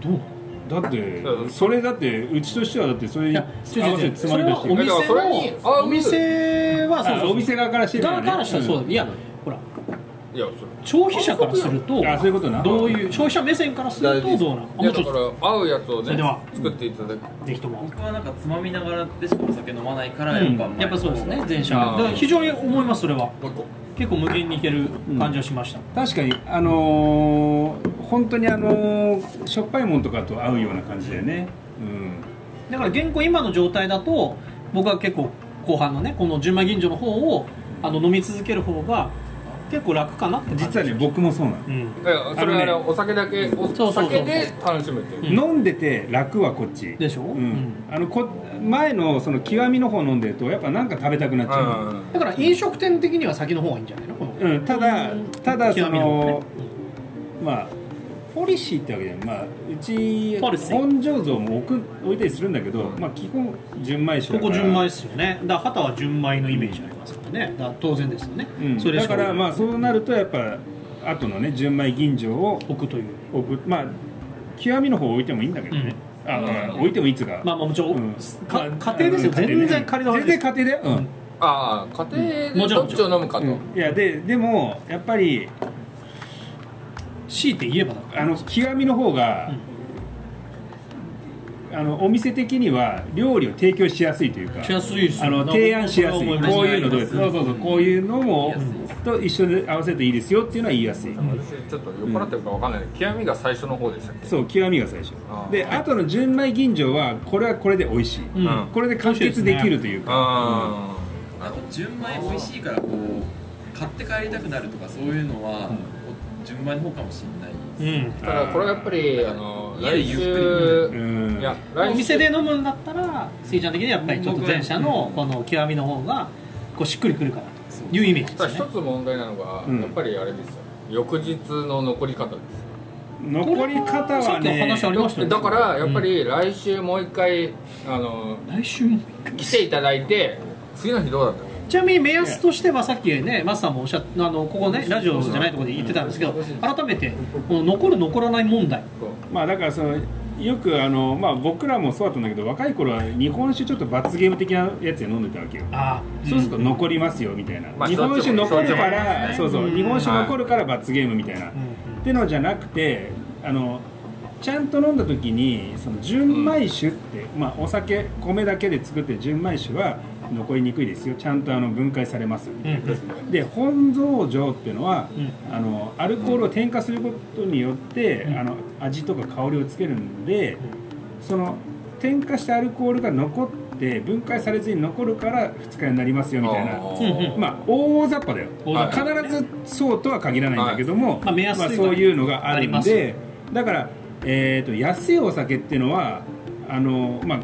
A: どうなの
D: だってそれだってうちとしてはだってそれ
A: い
D: 合
A: や
D: わせ
A: 違う違う違
D: て
A: う
D: つ
A: そ
D: ま
A: れ
D: みだ
A: は
D: し
A: お
B: だ
A: 店
B: からそれに合
A: の
B: う
A: お店はそう
D: あ
A: そう
D: お店側からしてる
A: 側からしたらそうだいやほら
B: いや
A: 消費者からすると
D: あそういうことな
A: どういう消費者目線からす
B: それ
A: るとどうなの
B: い
A: あも
B: や
A: うち
B: だ
A: ょっ
B: から合うやつを
A: それでは
B: ね作っていただく
A: とぜひとも
E: 僕はなんかつまみながらでしかお酒飲まないからや
A: う
E: っ
A: ん
E: ぱ、
A: やっぱそうですね前者
B: あー
A: がだから非常に思いますそれは
B: もう一個
A: 結構無限にいける感じはしました、
D: 確かにあのー本当にあのーしょっぱいもんとかと合うような感じだよねうん
A: だから現行今の状態だと僕は結構後半のねこの純米吟醸の方をあの飲み続ける方が結構楽かなって感じ
D: 実はね僕もそうなの
A: うん
B: だからそれはあれお酒だけ
A: そう
B: お
A: そう
B: 酒で楽しむっていう
D: 飲んでて楽はこっち
A: でしょ
D: う
A: うん
D: ん、あのこ前のその極みの方飲んでるとやっぱなんか食べたくなっちゃう、
B: うん
A: だから飲食店的には先の方がいいんじゃないのこの
D: うんただただそ
A: 極みの方
D: のまあポリシーってわけじゃない、まあ、うち
A: ポリシー
D: 本醸造も置く置いたりするんだけど、まあ、基本純米酒
A: こ
D: だから
A: こ純米ですよねだから旗は純米のイメージありますからねだから当然ですよね、
D: うん、
A: それ
D: だ
A: しか
D: からまあそうなるとやっぱ後のね純米吟醸を
A: 置くという
D: 置くまあ極みの方置いてもいいんだけどね、あ、まあ置いてもいいっつうか、
A: まあまあもちろん、
D: うん
A: か
D: まあ
A: 家庭ですよ、
D: うん家庭ね
A: 全然仮の話
D: 全
A: です
D: 然家庭だよ、うん
B: ああ家
A: も
B: 庭で
A: ちろ
B: ど
A: ん
B: っちを飲むかと
D: いやででもやっぱり
A: 強いて言えばだから
D: あの極みの方が、あのお店的には料理を提供しやすいというか
A: しやすいですよ
D: あの提案しやすいこ
A: なんか
D: ういうのどうです
E: うん
D: そうそうそうこういうのも
E: 言いやすいです
D: と一緒で合わせていいですよっていうのは言いやすい、
B: 私ちょっと酔っ払ってるかわかんないけど極みが最初の方でしたっけ
D: そう極みが最初
B: あー
D: で後の純米吟醸はこれはこれで美味しい、
A: うん
B: うん
D: これで完結できるというか
B: あ
E: あと純米美味しいからこう買って帰りたくなるとかそういうのは、こう純米の方かもしれないで
A: う
E: す、
A: ん
B: あただこれはやっぱりあの
E: 家で
B: 来
E: ゆっ
B: 週
D: うん
B: いや来週
A: お店で飲むんだったらスイちゃん的にはやっぱりちょっと前者のこの極みの方がこうしっくりくるかなというイメージ
B: た
A: で
B: だ
A: す
B: 一
A: よね
B: つ問題なのが、
D: うん
B: やっぱりあれですよ翌日の残り方です
D: 残り方
A: さっ
D: は
A: きお
D: ね
A: 話ありましたよね
B: だからやっぱり来週もう一回、あの
A: 来週も
B: 来ていただいて次の日どうだったの
A: ちなみに目安としてはさっきねマスさんもおっしゃっあのここねラジオじゃないところで言ってたんですけど改めてこの残る残らない問題
D: まあだからそのよくあの、まあ、僕らもそうだったんだけど若い頃は日本酒ちょっと罰ゲーム的なやつで飲んでたわけよ
A: ああ
D: そうすると残りますよみたいな、
B: まあ
D: 日本酒残るか
B: そ
D: ら
B: う
D: そうそう
A: うん
D: 日本酒残るから罰ゲームみたいな、ってのじゃなくてあのちゃんと飲んだ時にその純米酒って、まあ、お酒米だけで作ってる純米酒は残りにくいですよちゃんとあの分解されますみたいな、で本醸醸っていうのは、あのアルコールを添加することによって、あの味とか香りをつけるんで、その添加したアルコールが残って分解されずに残るから二日酔いになりますよみたいな
A: うんうん
D: まあ大雑把だよ
A: 大雑把
D: 必ずそうとは限らないんだけども、
A: まあ目安というか
D: そういうのがある
A: あ
D: ん
A: り
D: でだから、えー、と安いお酒っていうのはあの、まあ、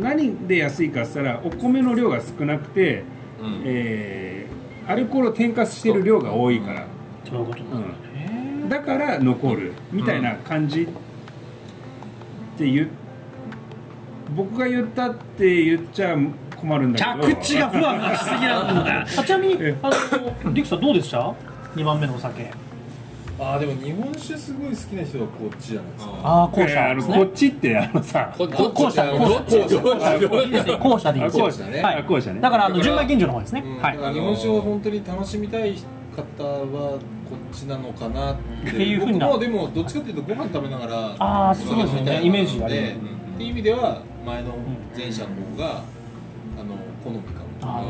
D: 何で安いかっつったらお米の量が少なくて、
B: うん
D: えーアルコールを添加してる量が多いから、
A: そういうことなんだね
D: だから残るみたいな感じって言う僕が言ったって言っちゃ困るんだけど
A: 着地がふわふわしすぎなんだ あちなみにあのリクさんどうでした2番目のお酒
G: ああでも日本酒すごい好きな人がこっちじゃないですか
A: ああ
D: いやあのこっちってあのさ
B: こ
G: こ
B: こ
G: こ
B: っ
G: っ
B: ち
G: ちだよ
B: どっちどっちどっち
A: 後者でいい
D: あ
A: ですよ
D: 後者ね
A: はい
D: あ後者ね
A: だからあの
B: だか
A: 純
B: ら
A: 米吟醸の方ですね、
G: うん
A: はい
G: だから日本酒を本当に楽しみたい方はこっちなのかなって
A: っていうふうな
G: 僕もでもどっちかっていうとご飯食べながら
A: あーそうですよねイメージあ
G: あ
A: る
G: でっていう意味では前の前者の方があの好みかも
A: あー
G: はい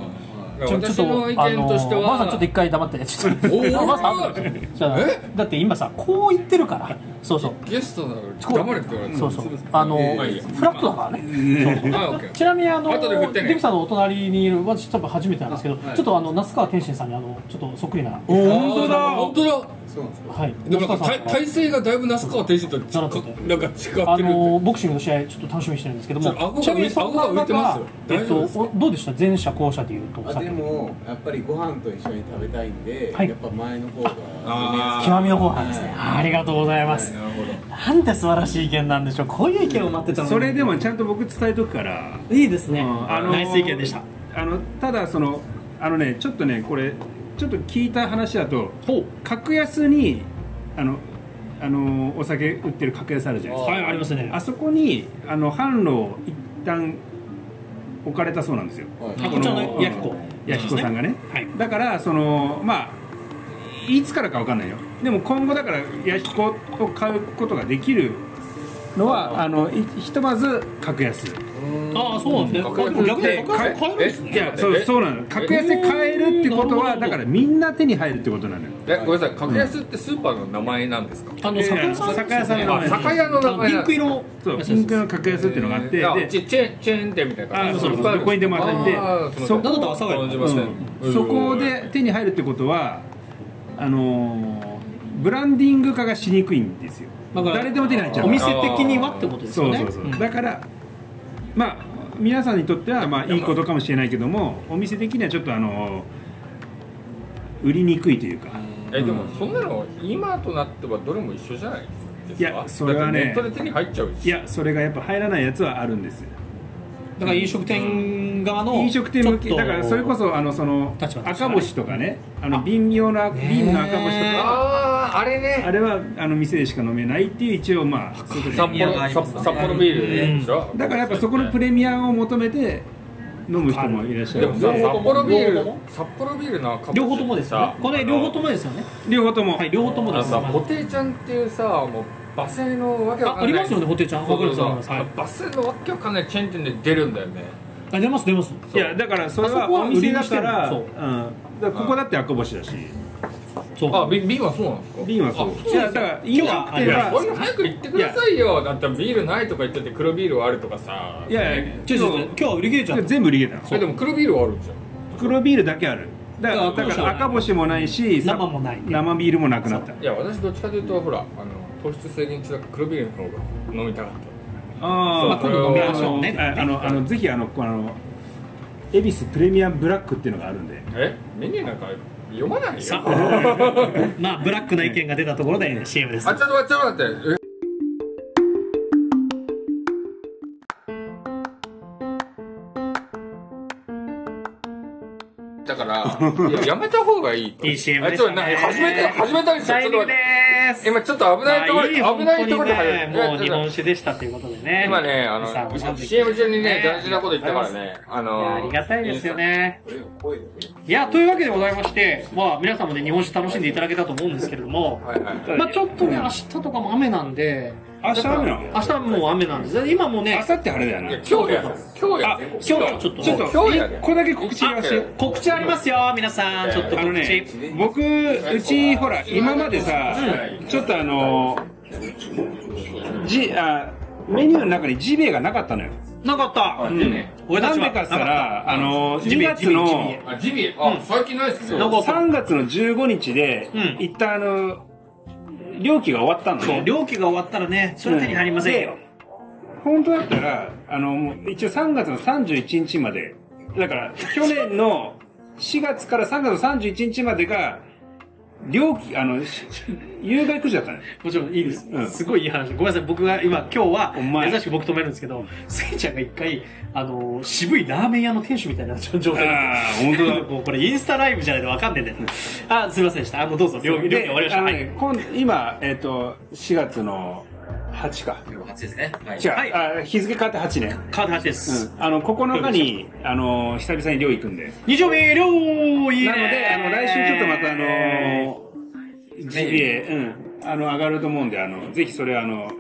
B: ちょ私の意見としては、
A: あのーマーさんちょっと一回黙ってちょっと
B: おー
A: マーさん後でじゃあだって今さこう言ってるからそうそう
B: ゲストなのに
A: こう
B: 黙れって言われた
A: そうそうあの
B: まあいいや
A: フラットだからねそうそう
B: あオッケー
A: ちなみにあの
B: 後で振ってね
A: デクさんのお隣にいる私多分初めてなんですけど、ちょっとあの那須川天心さんにあのちょっとそっくりな
B: 本当だ本当だ
G: そうなんですよ
A: はい
B: で
A: 那須
B: もなん
A: 川
B: か
A: さん
B: 体
A: から
B: 体勢がだいぶ那須川天心とち
A: な
B: なん
A: る
B: か
A: ほ
B: 違
A: ど
B: ってる
A: あ
B: って
A: のボクシングの試合ちょっと楽しみにしてるんですけども
B: ちょっと顎が
A: ちなみに
B: 浮い顎が浮いてますよ
A: そんな中えっ
B: 大丈夫
A: と
B: ですか
A: おどうでした前者後者でいうと
I: あ
A: さっき
I: でもやっぱりご飯と一緒に食べたいんで、
A: はい
I: やっぱ前の方が
B: あ
A: 極みの方なんですねありがとうございます
B: なるほど
A: なんて素晴らしい意見なんでしょうこういう意見を待ってたのに
D: それでもちゃんと僕伝えとくから
A: いいですね、
D: うんあのー
A: ナイス意見でした
D: あのただそのあのねちょっとねこれちょっと聞いた話だと格安にあのあのお酒売ってる格安あるじゃないですか
A: はいありますね
D: あそこにあの販路を一旦置かれたそうなんですよ
B: はい
A: あこちらのヤ
D: や
A: キコ
D: やきこさんがね
A: はい
D: だからそのまあいつからかわかんないよでも今後だからやきこを買うことができるのはあのいひとまず格安
A: ああそうなんですね、
B: うん
A: あでも逆に
D: で
A: 僕は
D: か
A: 買
D: え
A: えるんですね
D: いやそうそうなの格安で買えるってこと
A: え
D: は
A: ー
D: だからみんな手に入るってことなのよ
B: えごめんなさい格安ってスーパーの名前なんですか
A: あの
D: いや
A: 酒
D: い
A: 屋
D: や
A: さん
D: 酒屋さんの名前
B: 酒屋の名前
A: ピ
B: な
A: ン
B: ん
A: ク
B: です
A: 色
D: そうピンクの格安っていうのがあって
B: あ
D: で
B: ちチェーンチェーン店みたいな
D: あ
B: 感じ
D: そうそう
B: いっぱいある
D: どこにでもあってで
B: あーすいません
D: そこ
A: だと阿佐ヶ谷
B: 存じません
D: うんそこで手に入るってことはあのーブランディング化がしにくいんですよ
A: だから
D: 誰でも手に入っちゃう
A: お店的にはってことです
D: そ
A: よ
D: う
A: ね
D: そうそう、
A: ん
D: だからまあ皆さんにとってはまあいいことかもしれないけどもお店的にはちょっとあの売りにくいというか
B: えでもそんなの今となってはどれも一緒じゃないですか
D: いやそれはね
B: だってネットで手に入っちゃうし
D: いやそれがやっぱ入らないやつはあるんですよ
A: だから飲食店側の
D: 飲食店向け
A: ちょっと
D: だからそれこそあのその
A: 立場としては
D: 赤
A: ね
D: 星とかねあの瓶用の瓶の赤星と
A: ね
D: か
B: あああれね
D: あれはあの店でしか飲めないっていう一応まあ
B: 札
E: プレミ
B: 幌
E: アがありますね
B: 札札幌ビールでしょ
D: だからやっぱそこのプレミアを求めて飲む人もいらっし
B: で
D: ゃる
B: もさ札幌ビー
A: 両方
B: ル
A: とも
B: 札幌ビールの赤星
A: 両方ともですよ
B: さ
A: ねこれ両方ともですよね
D: 両方とも、
A: はい両方とも
B: あ
A: で
B: の
A: す
B: さ布袋ちゃんっていうさもう馬製のわけわ
A: あ
B: かん
A: あ
B: ない
A: りますよねホテルちゃんわかりますわかりますはい
B: バスのわけわかんないチェーン店で出るんだよね
A: あ出ます出ます
D: いやだからそれ
A: あそ
D: は
A: こは
D: お店だから
A: 売り
D: う
A: にし
D: ん、だからここだって赤星だし
A: そう
B: あビビールはそうなんですか
D: 瓶はそう
B: あ
D: いやだから飲食
A: 今
D: 店
B: そ
A: 日
B: ん
D: は
B: な早く言ってくださいよだってビールないとか言ってて黒ビールはあるとかさ
D: いやいや
A: 違う違う違う今日は売り切れちゃ
D: 今
A: っ
D: 日全部売り切れたの
B: えでも黒ビールはあるじゃん
D: 黒ビールだけあるだから
A: だから
D: だから赤星もないしさ
A: 生もない
D: 生ビールもなくなった
B: いや私どっちかというとほらあの糖質制限中だから黒ビールの方が飲みたかっ
D: あ
B: まあ今度飲みま
A: しょうね
D: あのあのぜひあのこあの恵比寿プレミアムブラックっていうのがあるんで
B: たえメニューなんか読まないよ
A: さたまあブラックな意見が出たところで CM です
B: あちょっと待ってちょっと待ってえだからいややめた方がいいと
A: いい CM で
B: あ
A: し
B: ちょ
A: た
B: っと
A: ね
B: な始めて始めたりしてちょっ
A: 最
B: と待
A: 後
B: っ
A: で
B: て
A: ーす
B: 今ちょっと危ないところ、
A: まあ
B: 危ないところで
A: 本当
B: 入
A: に
B: る
A: ねもう日本酒でしたということでね
B: 今ねあ
A: さ
B: の
A: お待たせ
B: CM 中にね大事なこと言ったからねあ
A: いや
B: の
A: ありがたいですよね。いやというわけでございまして、まあ、皆さんもね日本酒楽しんでいただけたと思うんですけれども、
B: はいはい
A: まあ、ちょっとね明日とかも雨なんで
D: 明日雨なの
A: 明日はもう雨なんです今もうね
D: 明後日晴れだよ
B: いや
D: な
B: 今日や今日や
D: あ
A: 今日はちょっと
D: ちょっと
B: 今日やで
D: これだけ告知言わせて
A: 告知ありますよ皆さんちょっと
D: あの
A: 告
D: ね
A: 知、
D: 僕うちほら今までさ、ちょっとあのじあメニューの中にジビエがなかったのよ。
A: なかった、うん俺た
D: な
A: ち
D: ん
A: は
D: でかっつった、
A: なから
D: あの
A: ジビ
D: 2
A: エ
D: 月
A: ジビエジビ
D: の
A: エ
B: あジビエあ最近ないっすね
A: なんか
D: 3月の15日で
A: うん
D: 一旦あの料金が終わったの
A: そう
D: ね。
A: 料金が終わったらねそれは手に入りませんよ、
D: 本当だったらあのもう一応3月の31日までだから去年の4月から3月の31日までが料金あのし有害苦情だったのよ。
A: もちろんいいです、
D: うん
A: すごいいい話。ごめんなさい、僕が今、今日は、
D: お前
A: 珍しく僕止めるんですけど、スギちゃんが一回、あのー渋いラーメン屋の店主みたいな状態になって
D: あー本 当だ
A: もうこれインスタライブじゃないとわかんねえんだよ。あ、すいませんでした。あの、どうぞ、料理、料理終わりました。
D: あの
A: は
D: ね
A: い。
D: 今今、えっと4月の8か
E: 8ですねはい
D: 違う、
A: はい
D: あ日付変わって8ね、
A: カード8です。
D: うん、あの9日にあの久々に寮行くんで
A: 二丁目、料理いいね
D: なのであの来週ちょっとまたあのジビエ、うん、あの上がると思うんであのぜひそれあの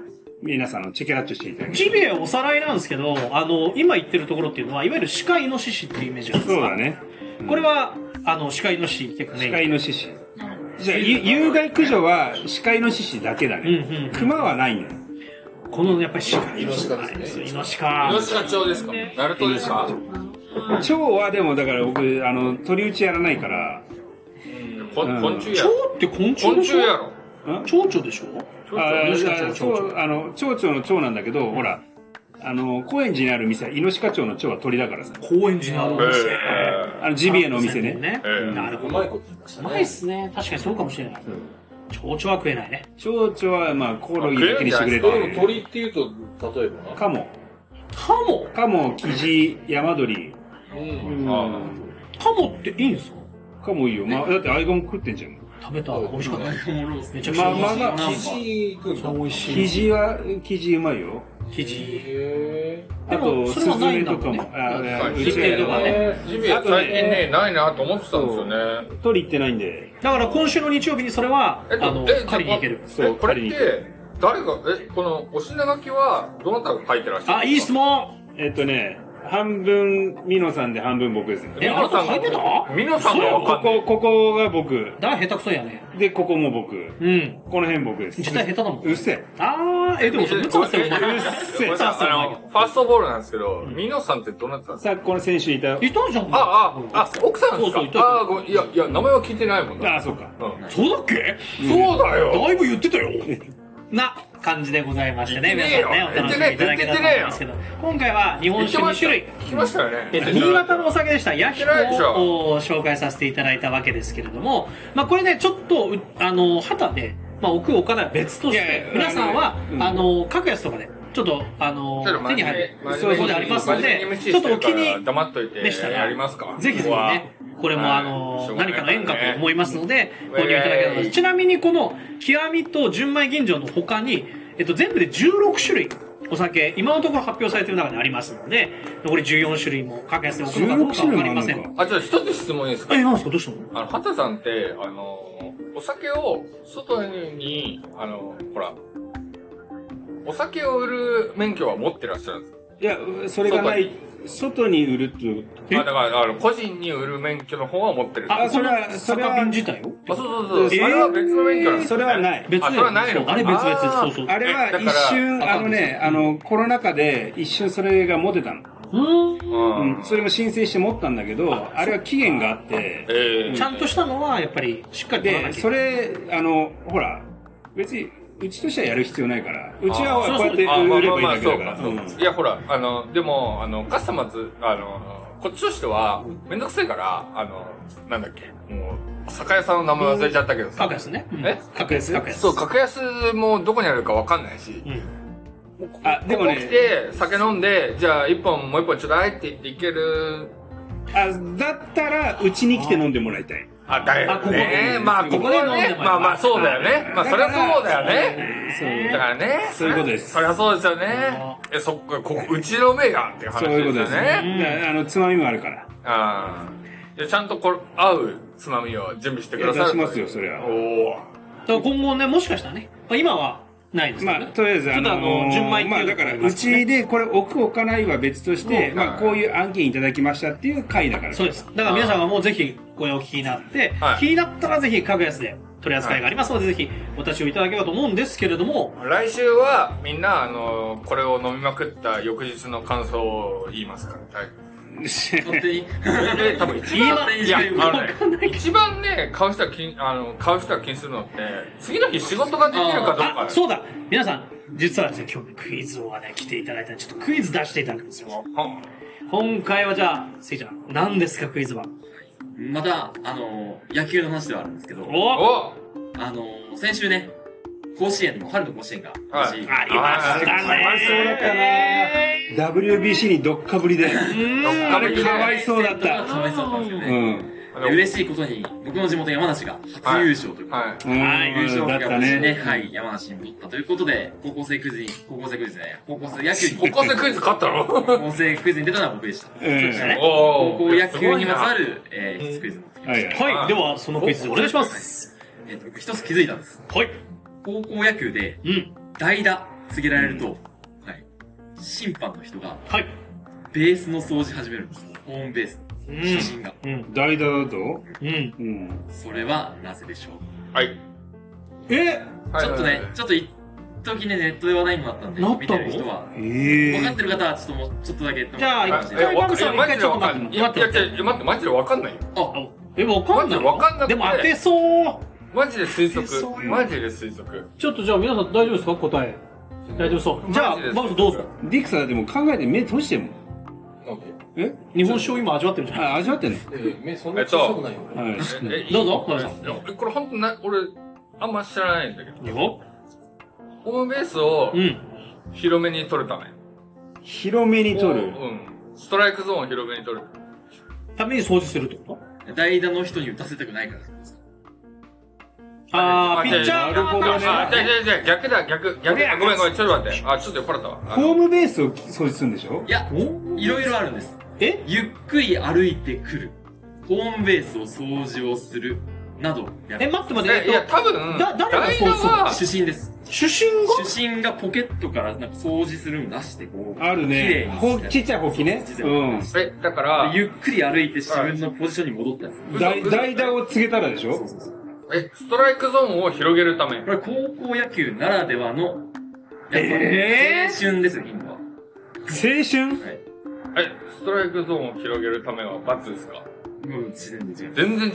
D: 皆さんあのチェケラッチョしていただき
A: ジビエおさらいなんですけど、あの、今言ってるところっていうのは、いわゆる鹿イノシシっていうイメージなんです
D: そう
A: か
D: だね
A: これは、あの、鹿イノシシ結構メイン
D: 鹿イノシシじゃあゆ有害駆除は鹿イノシシだけだね、
A: うんうんうん
D: 熊はないんだよ
A: この、やっぱり鹿イノシシなんですよ。イノシカ。
B: 吉川町ですかナルトですか
D: 蝶はでもだから僕あの取り打ちやらないから
B: こ
D: うん
B: 昆虫や
A: 蝶
B: ろ
A: って昆虫
B: 昆
A: で
B: 虫
A: しょ
B: やろ
A: 蝶々でしょ
D: あ
A: 吉川
D: あ
A: 町の町長
D: そうあの町長の長なんだけど、ほらあの高円寺にある店は猪鹿町の長は鳥だからさ
A: 高円寺のあるお店
B: え
D: あのジビエのお店ね
A: ね、
B: ええ
A: なるほどうまいっすね確かにそうかもしれない、蝶々は食えないね。
D: 蝶々はまあコオロギだけにしてくれ
B: でも
D: てる
B: 鳥っていうと、例えば
D: カモ
A: カモ
D: カモキジヤマドリ
B: うん
D: あ
A: カモっていいんですか
D: カモいいよ、まあ、だってアイゴン食ってんじゃん
A: 食べた。美味しかった。めちゃくちゃ
D: まあ
A: 美
D: まあ
A: 味し
D: まあ
B: 生地くん
A: い。美味し
D: キ
A: い。
D: ジはキジうまいよ
A: 生地。
B: へ
D: あ
A: でも
D: と
A: そ
D: ス
A: れは
D: ズ
A: ない
D: メ
A: んだ
D: と
A: も
D: か
A: んね
D: もあ
B: え
D: あう
A: ジ
D: ち
A: ビエとかね
B: ジビエ
D: あ
B: 最
D: とね
B: 近ねないなと思ってたんですよね
D: 取り行ってないんで
A: だから今週の日曜日にそれは、
B: えっと
A: あの
B: え、
A: 狩りに行ける。
D: そ
B: え
D: う
B: これ
D: 狩り
B: っ
D: に行
B: て誰がえこのお品書きはどなたが書いてらっしゃる
A: あ、いい質
B: 問
A: 問
D: えっとね半分ミノさんで半分僕ですね
A: え、あなた書いてた
B: ミノさんが
A: そう
B: わか
D: こ
B: んない
D: こここが僕
A: だから下手くそやね。
D: でここも僕
A: うん。
D: この辺僕です
A: 絶対下手だもん。
D: うっせえ
A: あー、え、でもそれ、ムツハセお前。
B: え
A: うっ
B: ご
A: せ
B: めん
A: え。
B: なさいあのファーストボールなんですけど、ミノさんってどなたなんですか
D: さあこの選手いた
A: いたじゃん。
B: あああ奥さんですか
A: そうそういたいた
B: あごめんいやいや名前は聞いてないもんな
D: ああそうか
B: うん
A: そうだっけ
B: そうだよ
A: だいぶ言ってたよ。な感じでございましてね、皆
B: 言ってねえよ
A: さんね、お楽しみいただけたらと思いますけど、今回は日本
B: 言って
A: 酒
B: ま
A: 2
B: し
A: 種類。
B: た聞きましたよね
A: えっと新潟のお酒でした、ヤヒ
B: てないでしょ
A: コを紹介させていただいたわけですけれども、まあこれね、ちょっと、うあの、旗で、まあ置くお金は別とし
D: いやい
A: て
D: や、
A: 皆さんは
D: う、ん
A: あの、各やつとかで、ちょっと、あの
B: ちょっと、真
A: 手に
B: 面
A: 入
B: 目
A: る、
B: 真面目に
A: そういうことありますの
B: 真面
A: で
B: 目無、視
A: ちょっと
B: し
A: お
B: てる
A: 気
B: から
A: に
B: 黙っといて
A: でしたら
B: やりますか
A: ぜひです
B: ここは
A: ね、これも
B: はい
A: あの
B: しょうがない
A: 何かの縁かと思いますので、
B: うん
A: ご入いただければと思います
B: うん
A: ちなみにこの極みと純米吟醸の他に、えっと、全部で16種類。お酒、今のところ発表されている中にありますので、残り14種類も格安でお得かどうかわかりません。
D: 16種類もあ
B: あ
D: る
B: ちょっと一つ質問いいですか
A: え、なんですかどうした
B: あ
A: の
B: の、ハタさんって、あの、お酒を外に、あの、ほら、お酒を売る免許は持ってらっしゃるんですか
D: いやそれがない外に売るっていう
B: あだから、あの、個人に売る免許の方は持ってる。あ、
D: あそれはそれは
A: 酒瓶自体を
B: そうそうそう。
A: えー
B: あれは別の免許なんですね
D: それはない
A: 別
B: あ、それはないの
A: そう
B: か
A: あれ別々
B: あ
A: そ
B: ー
A: うそう。
D: あれは
B: えだ
D: 一
B: から
D: 瞬あのねあのコロナ禍で一瞬それが持てたの
A: うん
B: うん
D: うんそれも申請して持ったんだけどあれは期限があって
B: え
A: ちゃんとしたのは、やっぱり、しっかり取らな
D: で
A: きゃ
D: それあのほら別にうちとしてはやる必要ないからうちはこうやって
B: えあ、ま
D: 売
B: あ
D: れ
B: ま
D: ば
B: あ
D: いい
B: まあ、そ
D: だけ
B: う
D: だ
B: か、
D: か
B: そうか。いや、ほら、あの、でも、あの、カスタマーズ、あの、こっちとしては、めんどくせえから、あの、なんだっけ、もう、酒屋さんの名前忘れちゃったけどさ。
A: 格安ね。うん
B: え
A: 格安、格安。
B: そう、格安もどこにあるかわかんないし、
A: うん。
D: らあで
B: こ
D: も
B: こ来
D: ね
B: て、酒飲んで、じゃあ一本もう一本ちょうだいって言っていける、
D: あだったらうちに来て飲んでもらいたい
B: あ、だ
A: あ
B: よ
A: ここ
B: ね。まあ、ここ
A: ここで
B: は
A: 飲ん
B: ね、
A: でもらえば
B: まあまあ、そうだよね。まあ、そりゃそうだよね。
D: そう
B: だからね。
D: そういうことです
B: そりゃそうですよね。え、そっか、ここ、うちの目がっていう話
D: そういう
B: で
D: こ
B: す
D: とで
B: よ
D: すね
B: ね。
D: だからあのつまみもあるから
B: ああ。でちゃんとこれ、合うつまみを準備してくださる。
D: いや出しますよそれは
B: お
A: だから今後ね、もしかしたらね、まあ、今はないですけど
D: まあ
A: ね。
D: とりあえず
A: ちょっとあの
D: ー
A: 純米っていう
D: まあだか
A: のがあ
D: ら
A: りま
D: う
A: すね
D: ちでこれ置く置かないは別として
B: うん
D: まあこういう案件いただきましたっていう回だから
A: そうです。だから皆さんはもうぜひこれをお聞きになって、
B: はい
A: 気になったらぜひ格安で取り扱いがありますので、ぜひお立ちをいただければと思うんですけれども、
B: ー来週は、みんな、あの、これを飲みまくった翌日の感想を言いますから、はい
E: 勝手に
B: で多分一番
E: 今
B: いやあ
E: わ
A: かん
B: のね一番ね買う人は気にあの買う人は気にするのって次の日仕事ができるかどうか
A: あ、そうだ皆さん、実はですね、今日ねクイズをね、来ていただいたんでちょっとクイズ出していただくんですよ。
B: うん
A: 今回はじゃあ、せいちゃん、何ですかクイズは。
E: また、あの、野球の話ではあるんですけど、
A: お
B: お
E: あの、先週ね、甲子園の、春の甲子園が、
B: はい
E: 無事
A: ありましたね。
B: あーかわいそうだった
A: ね
D: WBC にどっかぶりで
B: あれ
D: かわいそうだった
E: かわいそうだったんですよ
D: う
E: ね。
D: ん
E: で嬉しいことに、僕の地元山梨が初優勝ということで、
B: はい
A: はい
D: うん
E: 優勝
D: だ
E: が
D: った
E: 無事ね、
D: ね
E: はい、山梨に取ったということで、高校生クイズに、高校生クイズじゃないや、高校生 野球に、
B: 高校生クイズ勝ったの
E: 高校生クイズに出たのは僕でした。
D: うん
A: ね
B: お
E: 高校野
B: す
E: 球
B: ごい
E: に
B: な
E: まつわる、えー、クイズを持ってきま
D: は
E: し
D: い
E: た。
A: はい、では、そのクイズお願いします。
E: えっと、僕一つ気づいたんです。
A: はい。
E: 高校野球で、
A: うん。
E: 代打告げられると、はい、審判の人が、
A: はい。
E: ベースの掃除始めるんです。ホームベース
A: うん
E: の。写真が。
A: うん。
D: 代打だと
A: うん。
D: うん
E: それはなぜでしょう
B: はい
A: え
B: はい
E: ちょっとね、ちょっと一時ね、ネットで話題にもなったんで
A: なった、の
E: 見てる人は。
D: え
E: 分かってる方はちょっともう、ちょっとだけ。
A: じゃあ
B: はい
A: 一
B: え
A: 回
B: わ
A: バブさん
B: いやマ
A: 一
B: ジ
A: 回ち
B: で
A: ょっと
B: わ
A: 待
B: か
A: っ
B: ん
A: て
B: ないいやいや
A: 待って
B: いや待ってマジでわかんないよ
E: あ、
A: え、わかんない。
B: わかんなくて
A: でも当てそう。
B: マジで推
A: そう
B: 測マジで推測
A: ちょっとじゃあ皆さん大丈夫ですか答え。大丈夫そう。じゃあ、
B: マジで
A: バブさんどうぞ。
D: ディクサーだってもう考えて目閉じてるもんえ
A: 日本酒を今味わってるじゃん。
D: あ味わってんの
G: え目そんな小さくないよ、
D: はい
B: え
A: どうぞ
B: いいえこれ本当な俺あんま知らないんだけど。
A: よ
B: ホームベースを
A: うん
B: 広めに取るため。
D: 広めに
B: う
D: 取る
B: ん。ストライクゾーンを広めに取る。
A: ために掃除するってこと
E: 代打の人に打たせたくないからですか
A: ああピッチャー
B: なる
A: 側
B: ほど
A: か
B: ね。あ、違う違う違う、逆だ、逆、逆。あごめんごめん、ちょっと待って。あ、ちょっと酔っ払ったわ。あ
D: ホー
B: の
D: ムベースを掃除するんでしょ
E: いやいろいろあるんです
A: え
E: ゆっくり歩いてくるホームベースを掃除をするなどや
A: え
E: る
A: 待って待って
B: えい
A: え
B: や、
A: っと
B: 多分、
A: だ誰が
B: 代打
A: そうそう
B: は、
E: 主審です
A: 主審が
E: 主審がポケットからなんか掃除するの出してこう
D: ある
E: 綺
D: ね
E: 麗に
D: ほうちっちゃいほうきね
E: そう
D: うん
B: え、だから、
E: ゆっくり歩いて自分のポジションに戻ったんですよ
D: 代代打を告げたらでしょ
B: え、ストライクゾーンを広げるため。
E: これ高校野球ならではのや
D: え
E: っぱ青春ですよ今は
D: 青春
E: はい
B: え、ストライクゾーンを広げるためは×ですか
E: もう自然で違う
B: 全然違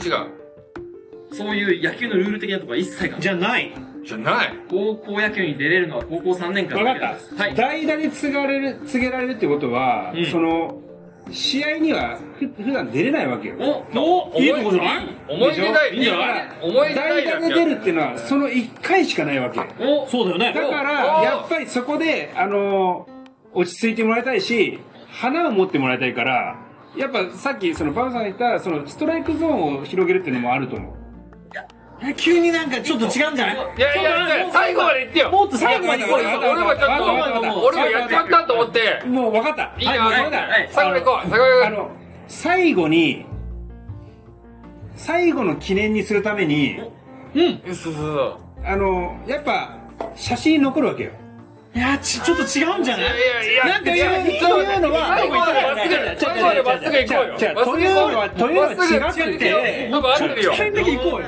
B: う。
E: そういう野球のルール的なとこは一切が
A: じゃない
B: じゃない。
E: 高校野球に出れるのは高校3年間
D: 分か
E: だけ
D: っ
E: なんです
D: た、
E: はい
D: 代打に告がれる告げられるってことは、その試合にはふ普段出れないわけよ
A: おいいとこじゃない
B: 思い
D: でし
B: 出
D: ょ
B: 代
D: いいんじゃ
B: 打
D: な。い
B: 思い出代
D: 代打
B: 打
D: に出るっていうのはその1回しかないわけだか
E: お
A: そうだよね
D: ら
B: お
D: やっぱりそこであの落ち着いてもらいたいし花を持ってもらいたいからやっぱさっきそのパウさんが言ったそのストライクゾーンを広げるっていうのもあると思う
A: 急になんかちょっと違うんじゃない
B: いやいやいや、最後まで言ってよ。
A: もっと最後まで
B: 俺俺はち
D: わかったわか
B: ょっ
D: った
B: と、俺はやっちまったと思って。
D: もう分かった
B: いいな、
D: はい
B: は
D: そうだ
E: はい
B: い、最後に行こう。最後
D: あ
B: に行こ
D: の、最後に、最後の記念にするために、
B: う。うんそうそうそう。
D: あの、やっぱ、写真に残るわけよ。
A: いやちちょっと違うんじ
B: い
A: ゃない
B: やいやいや、
A: なんか
B: いや
A: そういうそういうのは
B: 最後までまっすぐ、最後までまっすぐ行こうよ。
D: じゃあ、というのは、というのは違くて、
B: 多分合ってるよ。
D: 一回だけ行こうよ。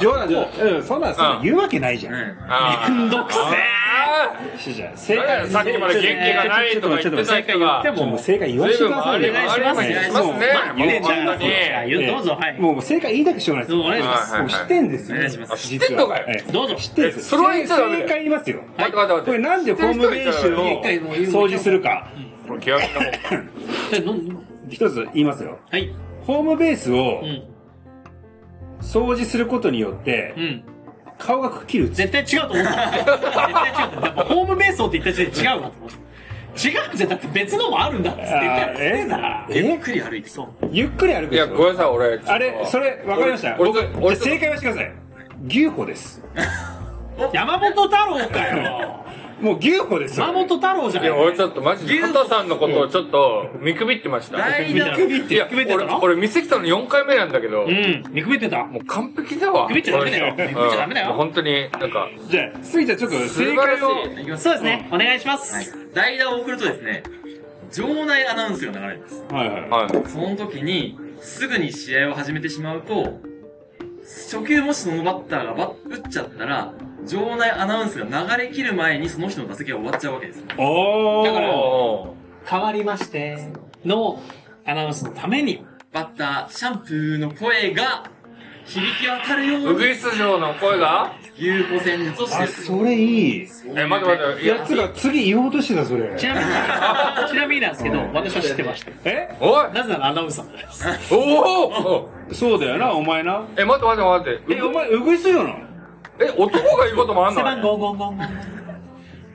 D: 冗談冗談。うん、そんなん、そんなん言うわけないじゃん。
B: あー
A: どくせ
B: あ
D: しじゃん正
B: ーさっきまで元気がないとか言ってた人が
D: で。ももう正解言わせてください
B: 随分回り回りしますね
A: まあ言うねじゃあ
B: 本当に
A: じゃあ言うどうぞはい
D: もう正解言いたくしょうがない
A: どう
D: で。
A: ぞお願いします
D: もう知ってんですよ。
E: お願いします
B: 知ってんのかよ
D: ええ
A: どうぞ
D: 知ってんですよ。
B: それは言っちゃダメだよ
D: 正解言いますよ。
B: 待って待って待って。
D: これなんでホームベースを掃除するか、
B: これ極みの方
A: えどん
D: 一つ言いますよ。
A: はい
D: ホームベースを
A: うん
D: 掃除することによって
A: う、ん
D: 顔がくっきり映る。
A: 絶対違うと思った絶対違うと思ったやっぱホームベースをって言った時点で違うわと思った違うんじゃなくて別のもあるんだっつって言った
D: あ
A: やつ
D: え
E: ゆっ
D: え
E: くり歩いてそう
D: ゆっくり歩く
B: い
D: でし
B: や、ごめん
D: ょ
B: なさい、俺。
D: あれ、それ、わかりました。
B: 俺
D: 僕
B: 俺俺
D: じゃあ正解はしてください。牛歩です。
A: 山本太郎かよ
D: もう牛歩ですよ。
A: 山本太郎じゃ
B: い
A: ない
B: や、俺ちょっとマジで、畑さんのことをちょっと見くびってました。
E: 代打
A: 見くびって
B: いや、
A: 見くびってた
B: 俺、
A: の
B: 俺見せきたの4回目なんだけど、も
A: うん見くびってた
B: う完璧だわ。
A: 見くびっちゃダメだよ
B: この人
A: 見くびっちゃダメだ
B: うん
A: よ
B: もう本当に、なんか、
D: じゃあ、スイちゃんちょっと
B: 素晴
D: 正
B: ら
D: 解
B: し
D: を。
B: い。
E: いきます
A: そうですねお願いしま
E: はい
A: す
E: 代打を送るとですね場内アナウンスが流れるんです
D: はいはい。
B: はい。
E: その時にすぐに試合を始めてしまうと初球もしそのバッターがバッ打っちゃったら場内アナウンスが流れ切る前にその人の打席が終わっちゃうわけですよ
D: おー。
A: だから
B: お
A: 変わりましてのアナウンスのために
E: バッターシャンプーの声が響き渡るよ
B: ー。ウ
E: うに
B: グイス城の声が
E: 有効戦術をして
D: あ、
E: る
D: それいい。
B: え、待って待って。い
D: や
B: や、
D: つが次言おうとしてた、それ。
A: ちなみにちなみになんですけど私は知ってました
D: え
B: おい
A: なぜならアナウンサーです
B: おーおー
D: そうだよな、お前な。
B: え、待って待って待って
D: え、お前、うぐいすよな。
B: え。え、男が言うこともあん
A: 背番
B: の
A: 号ゴンゴンゴンゴン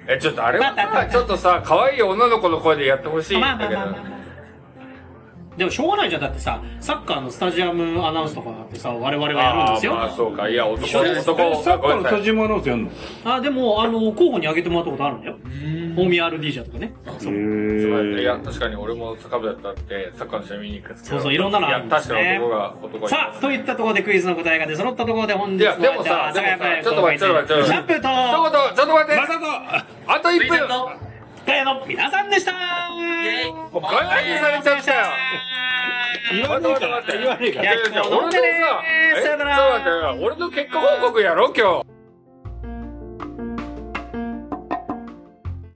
B: え、ちょっとあれは
A: まあまあ
B: さ、ちょっとさ、可愛い女の子の声でやってほしいん
A: まあま
B: だ
A: あ
B: け
A: まあ
B: ど
A: まあ。まあ でもしょうがないじゃんだってさサッカーのスタジアムアナウンスとかだってさ我々がやるんですよ
B: あーまあ、そうか。いや、男、
A: 緒です
B: 男、
D: サッカ
B: ごめ
D: ー
B: ん
D: の
B: なさ
D: ス
B: い
D: ジアアナウンスやんの
A: あでもあの候補に挙げてもらったことあるんだよ大宮アルディージャとかね
D: へ
B: いや、
D: ー
B: 確かに俺もサッカー部だったって、サッカーの試合見に行くんですけど。
A: そうそういろんなのあ
B: いや
A: るん、です
B: 確か
A: ね
B: に男が、男が。
A: さあといったところでクイズの答えが出揃ったところで本
B: い
A: 日の
B: やでもさ
A: じゃあ
B: でもさ
A: 酒井
B: ちょっと待って
A: プロフェッショナル
B: ちょっと待って
A: シャンプーと
B: 一言、ちょっと待って
D: まさと
B: あと1分
E: と
A: 深谷の皆さんでした
E: イエイ
B: もうガンガンにされちゃったよ
D: 言わねえから言わねえから
B: いやいや俺のさ、
A: さよ
B: え、ちょっと
A: なら
B: 待って、俺の結果報告やろ、今日。